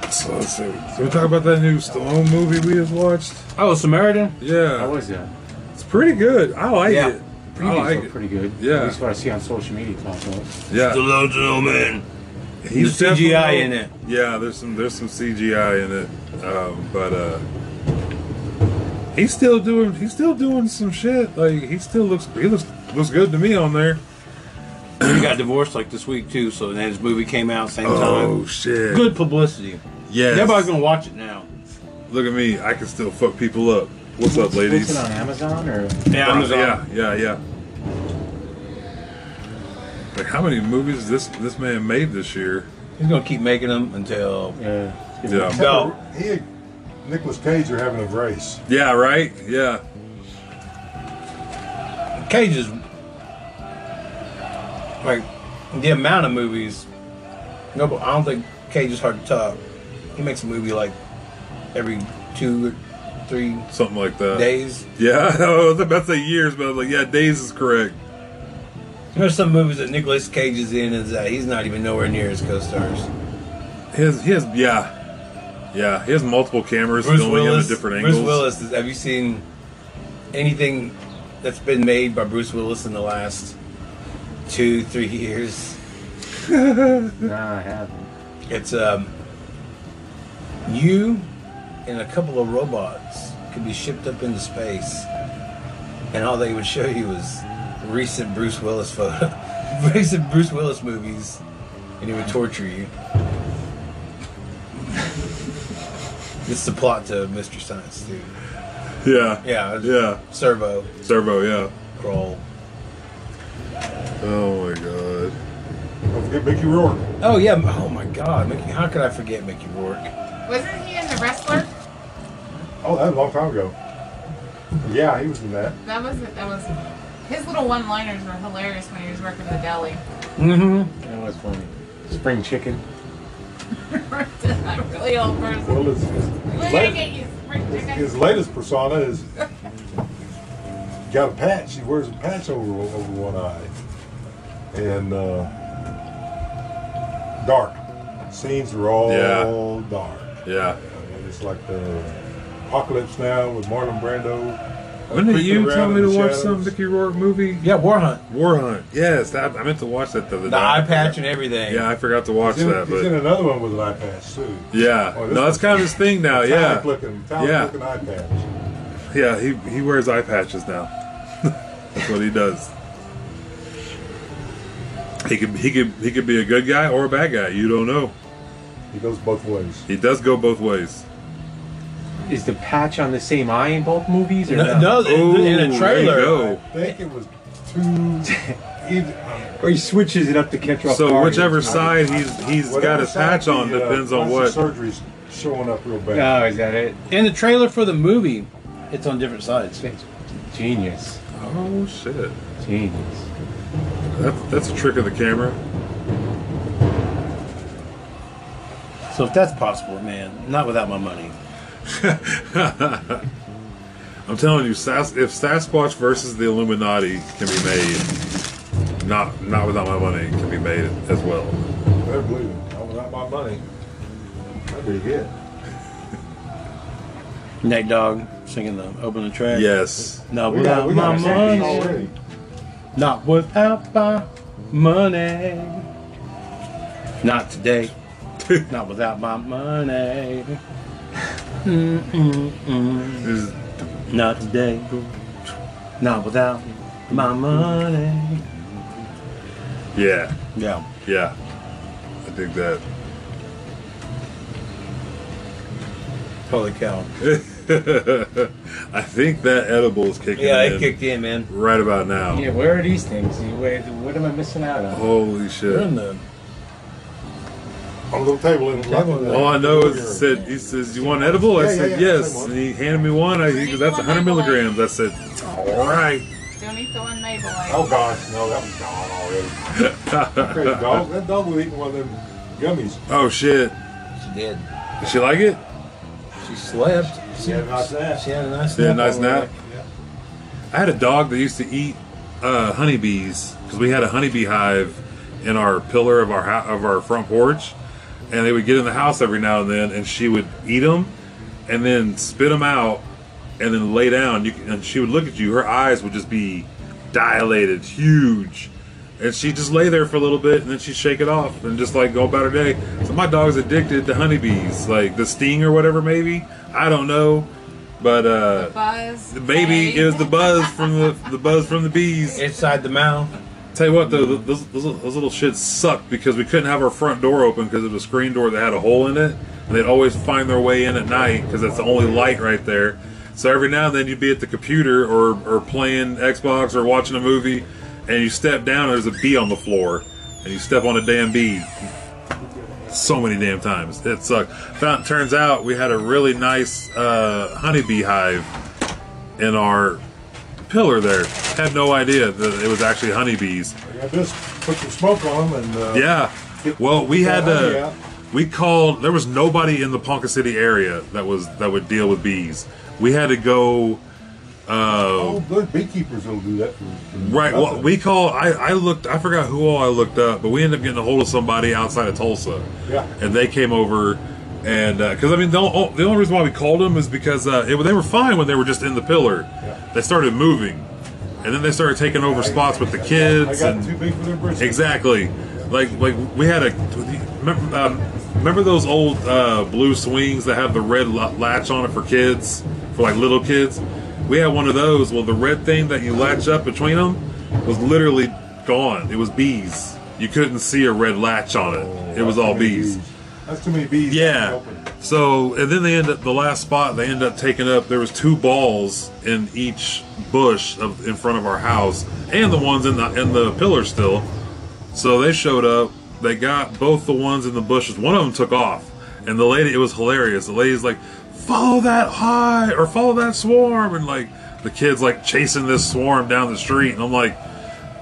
E: legs.
B: So let's see. So we talk about that new Stallone movie we just watched.
D: Oh, Samaritan?
F: How
B: Yeah,
F: was that?
B: it's pretty good. I like
D: Yeah.
B: it. I
F: Previews
B: like
F: look
B: it.
F: pretty good.
B: Yeah.
F: At least what I see on social media talk about. it.
B: Yeah,
D: Stallone gentleman.
B: he's
D: the CGI
B: definitely-
D: in it.
B: Yeah, there's some there's some CGI in it, um, but uh, he's still doing he's still doing some shit. Like he still looks he looks looks good to me on there.
D: He got divorced like this week too, so then his movie came out same
B: Oh
D: time.
B: shit!
D: Good publicity.
B: Yes.
D: Everybody's gonna watch it now.
B: Look at me. I can still fuck people up. What's up, ladies?
F: What's it on Amazon or?
D: Yeah, Amazon.
B: Yeah, yeah, yeah. Like how many movies this this man made this year?
D: He's gonna keep making them until
F: Yeah.
B: Yeah.
D: No.
C: He and Nicolas Cage are having a race.
B: Yeah, right? Yeah.
D: Cage is like the amount of movies. No, but I don't think Cage is hard to top. He makes a movie like every two, or three
B: Something like that.
D: days.
B: Yeah, [LAUGHS] Oh, I was about to say years, but I was like, yeah, days is correct.
D: There's some movies that Nicolas Cage is in and that he's not even nowhere near his co-stars.
B: His his yeah. Yeah, he has multiple cameras filming him at different angles.
D: Bruce Willis. is- Have you seen anything that's been made by Bruce Willis in the last two, three years?
F: Nah, I haven't.
D: It's um, you and a couple of robots could be shipped up into space, and all they would show you was recent Bruce Willis photo, [LAUGHS] recent Bruce Willis movies, and he would torture you. [LAUGHS] it's the plot to Mr. Science Dude.
B: Yeah.
D: Yeah, it's-
B: Yeah.
D: Servo,
B: Servo, yeah.
D: crawl.
B: Oh my god.
C: Don't forget Mickey Rourke.
D: Oh yeah! m- Oh my God, Mickey! How could I forget Mickey Rourke?
E: Wasn't he in the wrestler?
C: Oh, that was a long time ago. Yeah, he was in that.
E: That was that was his little one-liners were hilarious when he was working the deli. [LAUGHS]
D: Mm-hmm.
F: That was funny. Spring chicken.
E: that really old person.
C: Well, his,
E: We're
C: his,
E: gonna
C: latest,
E: get you spring
C: his
E: chicken.
C: latest persona is got a patch. He wears a patch over over one eye, and uh, dark. Scenes are all
B: Yeah.
C: dark.
B: Yeah.
C: And It's like the apocalypse now with Marlon Brando.
B: When did
C: Creeping
B: you
C: around
B: tell me
C: in
B: to
C: the
B: watch
C: shadows.
B: some Mickey Rourke movie?
D: Yeah, War Hunt.
B: War Hunt. Yes, I, I meant to watch that the other
D: The
B: day.
D: eye patch and everything.
B: Yeah, I forgot to watch
C: He's in,
B: that,
C: he's in
B: but
C: another one with an eye patch too.
B: yeah,
C: Oh, this
B: no, that's kind of his thing now.
C: Metallic
B: Yeah,
C: looking, metallic
B: Yeah.
C: looking eye patch.
B: yeah, he he wears eye patches now. [LAUGHS] that's what he does. He could he could he could be a good guy or a bad guy. You don't know.
C: He goes both ways.
B: He does go both ways.
F: Is the patch on the same eye in both movies or
D: No, no
C: Oh,
D: in- in
B: Ooh,
D: a
B: there you
D: trailer.
B: go.
C: I think it was
B: [LAUGHS]
C: two. either-
F: Or he switches it up to catch off.
B: So
F: guard.
B: whichever side he's he's
C: whatever
B: got his patch
C: side
B: on
C: the, uh,
B: depends on
C: plastic
B: what.
C: surgery's showing up real bad.
F: Oh, is that it?
D: In the trailer for the movie, it's on different sides.
F: Genius.
B: Oh shit!
F: Genius.
B: That, that's a trick of the camera.
D: So if that's possible, man, not without my money.
B: I'm telling you, Sas- if Sasquatch versus the Illuminati can be made, not not without my money can be made as well.
C: Better believe it. I without my money. That'd be a hit.
D: Night Dog singing the open the track.
B: Yes.
D: Not
C: We got,
D: without my
C: we got a piece
D: money.
C: already.
D: Not without my money. Not
B: [LAUGHS]
D: today. Not without my money. Mm-mm-mm.
B: Is-
D: Not today. Not without my money.
B: yeah.
D: Yeah.
B: Yeah. I dig that. [LAUGHS]
D: Holy cow.
B: I think that edible is kicking
D: Yeah,
B: in
D: it kicked in, man.
B: right about now.
F: Yeah, where are these things? You- wait, What am I missing out on?
B: Holy
D: We're
B: shit.
D: in the
C: On a little table in London.
B: All Oh, I know is it said he says you want edible. I
C: Yeah, yeah,
B: said
C: yeah,
B: yes,
C: same one.
B: and he handed me one. I he goes, that's 100 milligrams. I said all right. [LAUGHS]
E: Don't eat the one label.
C: Oh gosh, no, that was gone already. Crazy dog. That dog was eating one of them gummies.
B: Oh shit.
D: She did.
B: Did she like it?
D: She slept.
C: She had a nice nap.
D: She had a nice
B: She had a
D: nap.
B: nice
D: over there.
B: nap. I had a dog that used to eat uh, honeybees because we had a honeybee hive in our pillar of our ho- of our front porch, and they would get in the house every now and then, and she would eat them, and then spit them out, and then lay down. You, c- and she would look at you. Her eyes would just be dilated, huge, and she'd just lay there for a little bit, and then she'd shake it off and just like go about her day. So my dog's addicted to honeybees, like the sting or whatever, maybe I don't know, but uh,
E: Buzz.
B: Maybe it was the buzz from the the buzz from the bees.
D: Inside the mouth.
B: Tell you what, though, th- those, those, little- those little shits sucked because we couldn't have our front door open because of a screen door that had a hole in it. And they'd always find their way in at night because that's the only light right there. So every now and then you'd be at the computer or or playing Xbox or watching a movie, and you step down and there's a bee on the floor, and you step on a damn bee so many damn times. It sucked. Found, turns out we had a really nice uh, honeybee hive in our pillar there. Had no idea that it was actually honeybees.
C: I just put some smoke on them and uh,
B: Yeah. Well, we had
C: honey
B: to.
C: out.
B: We called. There was nobody in the Ponca City area that was that would deal with bees. We had to go.
C: Oh, good beekeepers will do that for, for
B: Right. Well,
C: nothing.
B: we called. I, I looked. I forgot who all I looked up, but we ended up getting a hold of somebody outside of Tulsa.
C: Yeah.
B: And they came over, and because I mean the, o- the only reason why we called them is because uh, it, they were fine when they were just in the pillar.
C: Yeah.
B: They started moving, and then they started taking over spots with the
C: I
B: kids.
C: got
B: and
C: too big for their bristle.
B: Exactly. Like like we had a remember, um, remember those old uh, blue swings that have the red la- latch on it for kids for like little kids. We had one of those. Well, the red thing that you latch up between them was literally gone. It was bees. You couldn't see a red latch on it. It was all bees.
C: Oh, That's too many bees.
B: Yeah.
C: Open.
B: So and then they end up the last spot they end up taking up. There was two balls in each bush of, in front of our house, and the ones in the in the pillar still. So they showed up. They got both the ones in the bushes. One of them took off, and the lady. It was hilarious. The lady's like, "Follow that high, or follow that swarm," and like the kids like chasing this swarm down the street. And I'm like,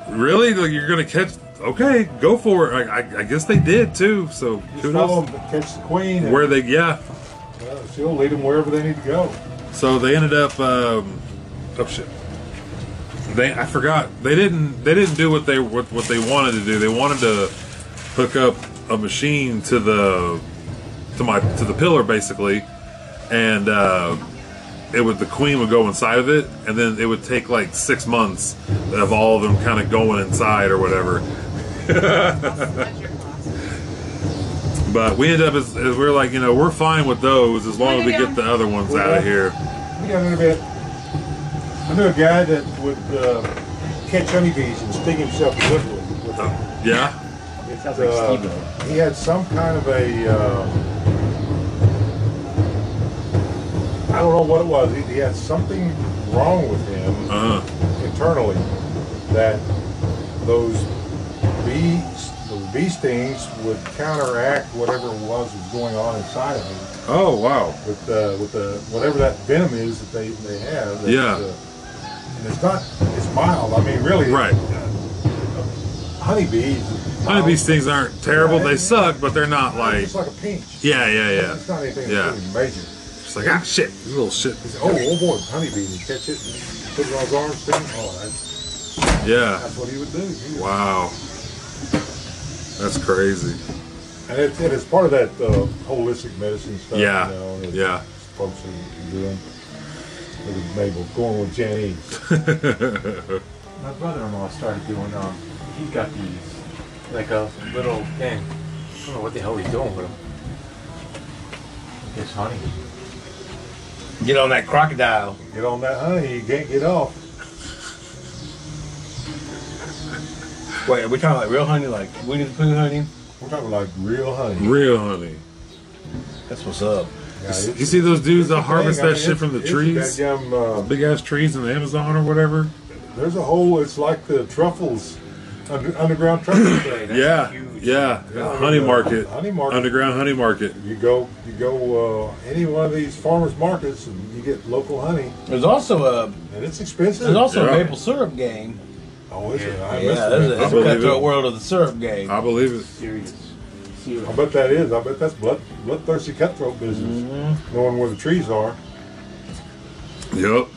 B: "Really? Like you're gonna catch?" Okay, go for it. I, I, I guess they did too. So
C: Just follow
B: kudos.
C: 'em, catch the queen. and,
B: Where they yeah,
C: uh, she'll lead them wherever they need to go.
B: So they ended up. Um, oh shit! They I forgot they didn't they didn't do what they what, what they wanted to do. They wanted to hook up a machine to the to my to the pillar basically, and uh, it would the queen would go inside of it, and then it would take like six months of all of them kind of going inside or whatever.
E: That's your class.
B: But we ended up as, as we are like you know we're fine with those as long as we get the other ones out of here.
C: We got another bit. I knew a guy that would uh, catch honeybees and sting himself deliberately with them.
B: Yeah.
C: It, uh, he had some kind of a. Uh, I don't know what it was. He, he had something wrong with him
B: Uh,
C: internally that those bees, those bee stings would counteract whatever it was was going on inside of him
B: oh wow.
C: with uh, with the whatever that venom is that they, they have. that's,
B: Yeah.
C: uh, and it's not it's mild. I mean, really.
B: Right.
C: uh, honeybees. is mild.
B: Honeybee stings aren't terrible. They suck, but they're not like
C: It's like a pinch.
B: yeah yeah yeah.
C: It's not anything
B: Yeah.
C: that's really major.
B: It's like ah shit, this little shit.
C: He said, oh, oh boy, honeybee, you catch it, and put it on his arm, sting. Oh, that's,
B: Yeah.
C: that's what he would do. He would-
B: Wow. That's crazy.
C: And it's, and it's part of that uh, holistic medicine stuff.
B: Yeah.
C: You know, that
B: Yeah.
C: Folks are doing. With Mabel, going with Janice.
F: My brother-in-law started doing. Um, he's got these like a little thing. I don't know what the hell he's doing with them. It's honey.
D: Get on that crocodile.
C: Get on that honey, you can't get off.
D: Wait, are we talking like real honey, like Winnie the Pooh honey?
C: We're talking like real honey.
B: Real honey.
D: That's what's up.
C: Yeah, it's-
B: You see those dudes that harvest
C: I mean,
B: that shit
C: it's-
B: from the
C: it's
B: trees,
C: goddamn, uh,
B: big ass trees in the Amazon or whatever.
C: there's a whole. It's like the truffles, under,
B: [COUGHS]
C: underground truffles thing.
B: Yeah. Yeah. Honey market.
C: Honey market.
B: Underground honey market.
C: You go, you go uh, any one of these farmers markets, and you get local honey,
D: There's also a
C: and it's expensive.
D: there's also
B: Yeah.
D: a maple syrup game.
C: oh, is it? I
D: Yeah,
C: missed
D: there's a,
B: I
D: it's a
B: believe
D: cutthroat
B: it. Uh,
D: world of the syrup game.
B: I believe it.
F: Serious.
C: I
F: Serious.
C: bet that is. I bet that's blood, bloodthirsty cutthroat business,
B: Mm-hmm.
C: knowing where the trees are.
B: Yep.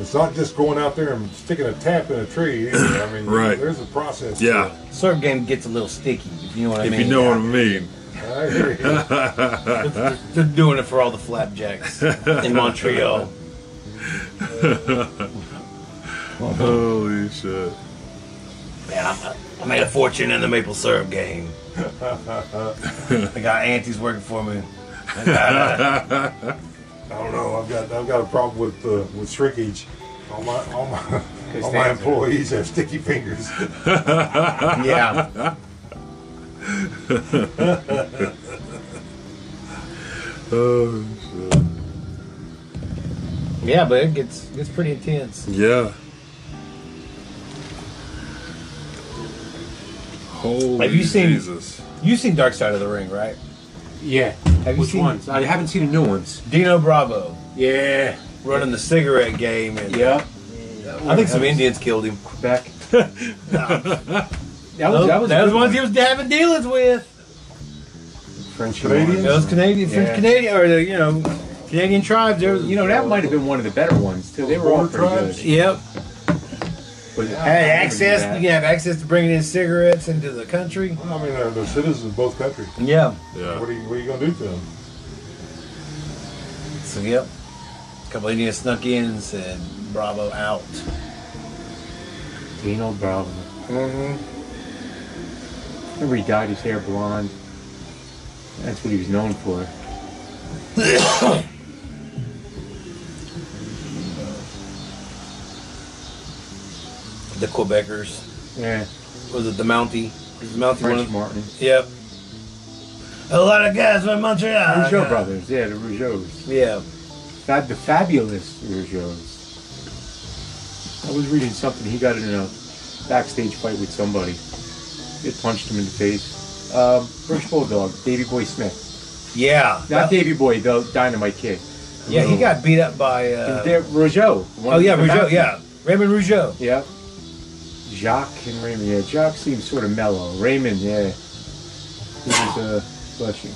C: It's not just going out there and sticking a tap in a tree. Either. I
B: [COUGHS]
C: mean,
B: Right.
C: There's a process. to
B: Yeah.
D: Syrup game gets a little sticky, if you know what I
B: If
D: mean.
B: you know what I mean.
C: it. I hear
B: [LAUGHS]
C: you.
D: They're doing it for all the flapjacks
B: [LAUGHS]
D: in Montreal.
B: Holy shit.
D: Man, I, I made a fortune in the maple syrup
B: [LAUGHS]
D: game. I got aunties working for
B: [LAUGHS]
D: me.
C: I don't know. I've got I've got a problem with uh, with shrinkage. All my
D: [LAUGHS]
C: all my all my
F: thanks.
C: employees have sticky fingers. [LAUGHS]
D: Yeah.
B: Oh shit.
D: Yeah, but it gets gets pretty intense.
B: Yeah. Holy
D: Have you seen-
B: Jesus.
D: You've seen Dark Side of the Ring, right?
F: Yeah.
D: Have you
F: Which
D: seen-
F: ones? I haven't seen the new ones.
D: Dino Bravo
F: Yeah.
D: running the cigarette game, and
F: Yeah.
D: I think some Indians killed him.
F: [LAUGHS] Back. that was that was, a
D: Those
F: good
D: ones he was having dealings with.
F: French
C: Canadians?
F: Canadian.
D: Those Canadian,
F: Yeah.
D: French Canadian, or the, you know, Canadian tribes. There was,
F: You know that might have been one of the better ones too. They were all pretty good.
D: Yep.
F: But
D: Had access. You can have access to bringing in cigarettes into the country.
C: I mean, they're, they're citizens of both countries.
D: Yeah.
B: Yeah.
D: [LAUGHS]
C: What are you what are you gonna do to them?
D: So yep. A couple Indians snuck in and said, "Bravo out."
F: Dino Bravo.
D: Mm-hmm.
F: Remember he dyed his hair blonde. That's what he was known for.
D: The Quebecers.
F: Yeah.
D: Was it the Mountie? Was the Mountie one
F: French
D: of
F: Martin.
D: Yep. A lot of guys from Montreal.
F: Rougeau brothers. Yeah, the Rougeaus.
D: Yeah.
F: Fab- the fabulous Rougeaus. I was reading something. He got in a backstage fight with somebody. It punched him in the face. Um, British Bulldog, Davy Boy Smith.
D: Yeah.
F: Not Davy Boy, the Dynamite Kid.
D: yeah, he got beat up by. Uh,
F: There, Rougeau. one
D: oh
F: of
D: yeah,
F: the
D: Rougeau.
F: Fab-
D: Yeah, Raymond Rougeau.
F: Yeah. Jacques and Raymond. Yeah, Jacques seems sort of mellow. Raymond, yeah. He was, uh, bless you.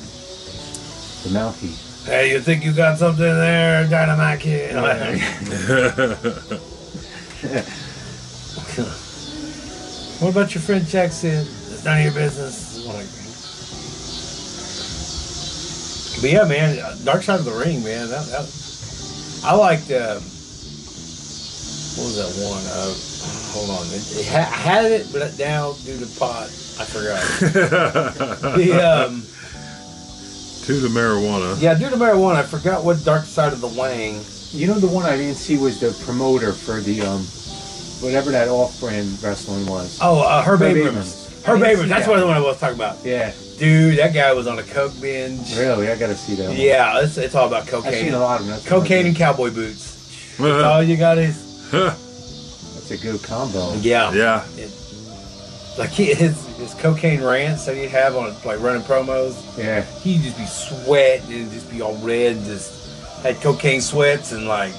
F: The mouthpiece.
D: Hey, you think you got something there, Dynamite Kid? What about your friend Jack said? It's none of your business. This is what I agree. But yeah, man, uh, Dark Side of the Ring, man. That, that I liked. Uh, what was that one? Uh, hold on, it, it ha- I had it, but now due to pot, I [LAUGHS] forgot. the um,
B: to
D: [LAUGHS]
B: the marijuana.
D: yeah, due to marijuana, I forgot what Dark Side of the Wang.
F: You know, the one I didn't see was the promoter for the um, whatever that off-brand wrestling was.
D: Oh, uh, Herb,
F: Herb
D: Abrams. Herb
F: Abrams. I didn't see
D: Abrams. That's
F: that.
D: what the one I was talking about.
F: Yeah,
D: Dude, that guy was on a coke binge.
F: really, I gotta see that. one.
D: Yeah, it's, it's all about
F: I've seen
D: cocaine.
F: a lot of them. That's
D: Cocaine and cowboy boots. That's all you got is
F: That's a good combo.
D: yeah.
B: yeah.
D: Like he, his his cocaine rants that he'd have on like running promos,
F: Yeah,
D: he'd just be sweating and just be all red, just had cocaine sweats and like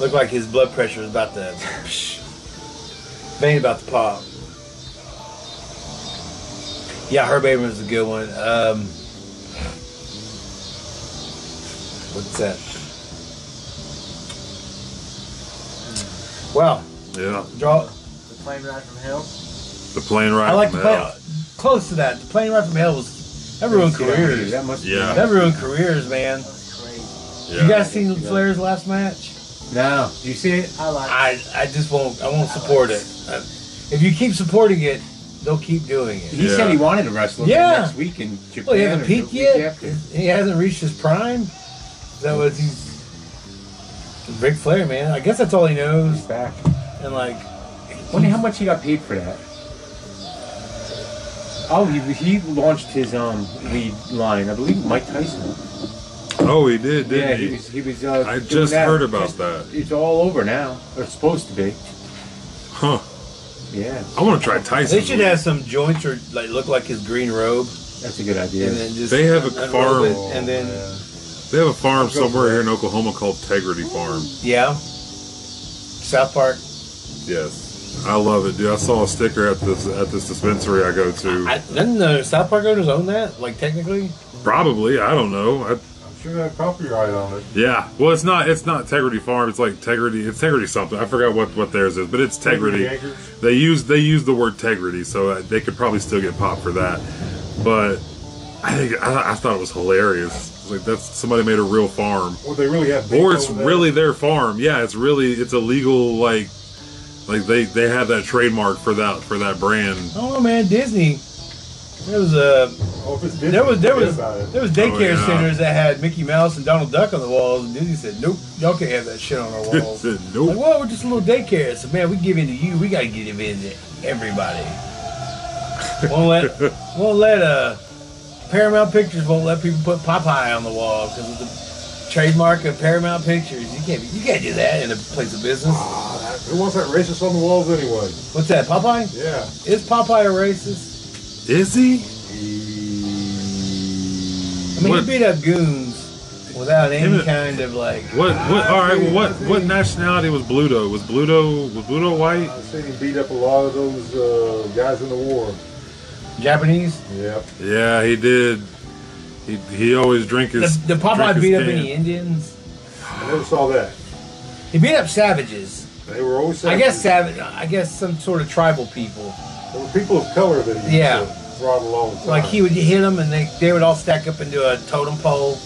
D: looked like his blood pressure was about to vein about to pop. Yeah, Herb Abrams is a good one. Um, what's that? Wow,
B: Yeah.
D: draw.
A: The plane ride from hell.
B: The plane ride.
D: I like the
B: from
D: plane.
B: hell.
D: Close to that, the plane ride from hell was everyone careers.
F: That must.
B: Yeah.
D: Everyone careers, man.
A: That's crazy.
B: Yeah.
D: You guys seen Flair's last match?
F: No, you see it?
A: I like.
D: I I just won't I won't support it. Uh, If you keep supporting it, they'll keep doing it.
F: He
B: Yeah.
F: said he wanted to wrestle
D: Yeah.
F: next week in Japan.
D: Well, he hasn't
F: or
D: peaked
F: the week
D: yet.
F: after.
D: He hasn't reached his prime. Is that was he's Ric Flair, man. I guess that's all he
F: He's
D: knows.
F: back.
D: And like,
F: Wonder how much he got paid for that. Oh, he, he launched his um lead line. I believe Mike Tyson.
B: Oh, he did, didn't
F: yeah,
B: he?
F: he, was. He was. Uh,
B: I
F: doing
B: just
F: that.
B: heard about
F: Just-
B: that.
F: It's all over now, or it's supposed to be.
B: Huh.
F: Yeah,
B: I want to try Tyson.
D: they should have some joints or like look like his green robe,
F: that's a good idea.
D: and then just
B: They have a
D: unroll it,
B: farm.
D: and then
B: They have a farm somewhere here in Oklahoma called Tegrity Farm.
D: yeah, South Park.
B: Yes, I love it, dude. I saw a sticker at this at this dispensary I go to.
D: I, doesn't the South Park owners own that? Like technically,
B: Probably, I don't know. I,
C: I'm sure that copyright on it.
B: yeah, well, it's not it's not Tegrity Farm. It's like Tegrity. It's Tegrity something. I forgot what what theirs is, but it's Tegrity.
C: Jaggers.
B: They use they use the word Tegrity, so uh, they could probably still get popped for that. But I think I, I thought it was hilarious. It's like that's somebody made a real farm.
C: Well, they really have. beef
B: or it's
C: over that.
B: really their farm. Yeah, it's really it's a legal like like they they have that trademark for that for that brand. [LAUGHS]
D: oh man, Disney. There was a
C: Oh, if it's Disney,
D: There was there
C: forget
D: was
C: about it.
D: there was daycare
B: Oh, yeah.
D: centers that had Mickey Mouse and Donald Duck on the walls, and Disney said, "Nope, y'all can't have that shit on
B: [LAUGHS]
D: our walls."
B: Said,
D: like,
B: nope.
D: well, we're just a little daycare, so man, we give in to you. We gotta give in to
B: [LAUGHS]
D: everybody. won't let won't let uh Paramount Pictures won't let people put Popeye on the wall because of the trademark of Paramount Pictures. You can't you can't do that in a place of business.
C: Who wants that racist on the walls anyway?
D: What's that? Popeye?
C: Yeah.
D: Is Popeye a racist?
B: Is he?
D: I mean,
B: What-
D: he beat up goons without
B: Him
D: any
B: and-
D: kind of like.
B: What what all right, well, what what nationality was Bluto? Was Bluto was Bluto white?
C: I've seen him beat up a lot of those uh, guys in the war.
D: Japanese?
C: Yep.
B: Yeah, he did. He, he always drink his
D: The, the
B: drink
D: Popeye
B: his
D: beat up
B: can.
D: any Indians.
C: I never saw that.
D: He beat up savages.
C: They were always.
D: I guess
C: savages.
D: savage. I guess some sort of tribal people.
C: There were people of color that he
D: Yeah.
C: yeah. used to throttle all the time.
D: Like he would hit them, and they they would all stack up into a totem pole.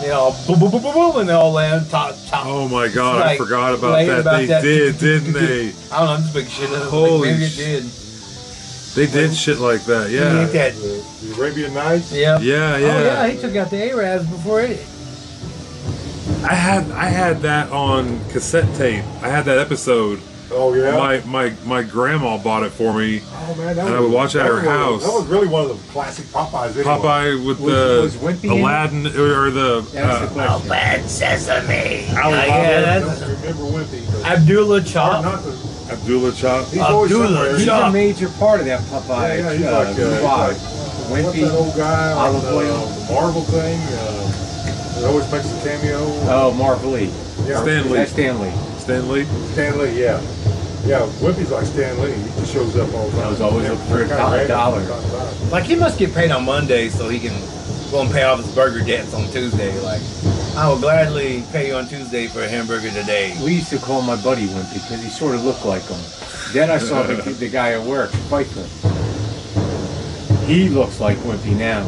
D: They all boom, boom, boom, boom, boom, and they all land top, top.
B: Oh my god, I
D: Like,
B: forgot about
D: like
B: that.
D: about
B: they
D: that.
B: did, didn't they?
D: I don't know. I'm just making shit up.
B: Holy
D: Holy maybe it
B: sh-
D: did.
B: They did shit like that.
D: He
B: Yeah.
D: did that.
C: The, Uh, the Arabian Nights.
D: Yeah.
B: Yeah,
D: Oh yeah,
B: yeah.
D: he took out the Arabs before it.
B: I had I had that on cassette tape. I had that episode
C: Oh yeah.
B: My my my grandma bought it for me.
C: oh man, that
B: and I would watch at
C: that
B: her
C: was one of
B: house.
C: the- That was really one of the classic Popeyes. Anyway.
B: Popeye with
F: Was- was
B: the
F: Wimpy in it?
B: Aladdin or, or the
F: That's the
B: uh,
D: Oh,
F: question.
C: I
D: Yeah,
C: was
D: yeah,
C: I don't remember Wimpy. But
D: Abdullah
C: Or
D: Chop.
C: not the-
B: Abdullah Chop.
C: he's always
D: Abdullah,
C: somewhere.
F: He's
D: Yeah.
F: a major part of that Popeye.
C: Yeah, yeah, he's
F: uh,
C: like, uh, he's
F: vibe.
C: What's that
F: Wimpy.
C: old guy on
F: olive
C: the,
F: oil.
C: the Marvel thing? Uh, that always makes a cameo.
F: Oh, Marv Lee.
C: yeah,
B: Stanley.
F: That's Stanley.
B: Stanley.
C: Stan Lee, yeah. Yeah, Wimpy's like Stan Lee. He just shows up all the time.
F: That was always
C: Yeah,
F: up for a
C: kinda
F: dollar-
C: random
F: dollar.
C: sometimes.
D: Like he must get paid on Monday so he can go and pay off his burger debts on Tuesday. Like I will gladly pay you on Tuesday for a hamburger today.
F: We used to call my buddy one because he sort of looked like him. Then I
C: [LAUGHS]
F: saw the, the guy at work, Piper. He looks like Wimpy now.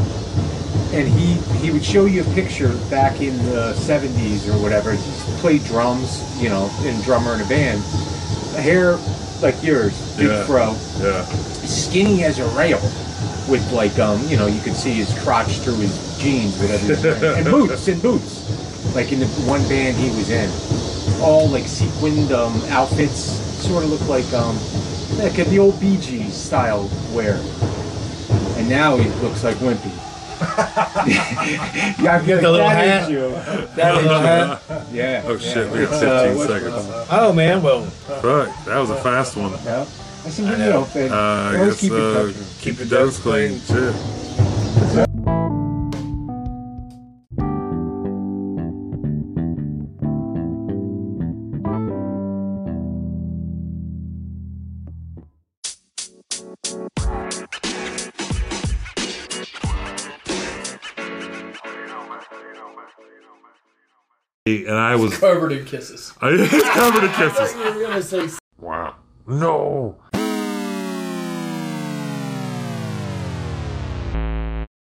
F: And he, he would show you a picture back in the 70s or whatever. He played drums, you know, and drummer in a band. Hair like yours, big
B: Yeah.
F: fro.
B: Yeah.
F: Skinny as a rail with like, um, you know, you could see his crotch through his jeans, whatever. he was wearing. and boots, and boots. Like in the one band he was in. All like sequined um, outfits. Sort of looked like, um, like the old Bee Gees style wear. And now he looks like Wimpy. [LAUGHS] yeah, I've got
D: The little
F: that
D: hat.
F: is you. That
D: [LAUGHS]
F: is you. Yeah.
B: Oh
F: yeah.
B: shit, we got
F: It's,
B: 15
F: uh, what-
B: seconds.
D: Oh man, well,
B: Fuck, that was a fast one.
F: Yeah. I see you know, Fed.
B: Uh, I
F: always
B: guess
F: keep in touch
B: uh,
F: with him.
B: keep your dose clean. Shit. And I was
G: Covered in kisses.
B: I, [LAUGHS] covered in
G: I thought
B: kisses.
G: you were gonna say
B: Wow. No.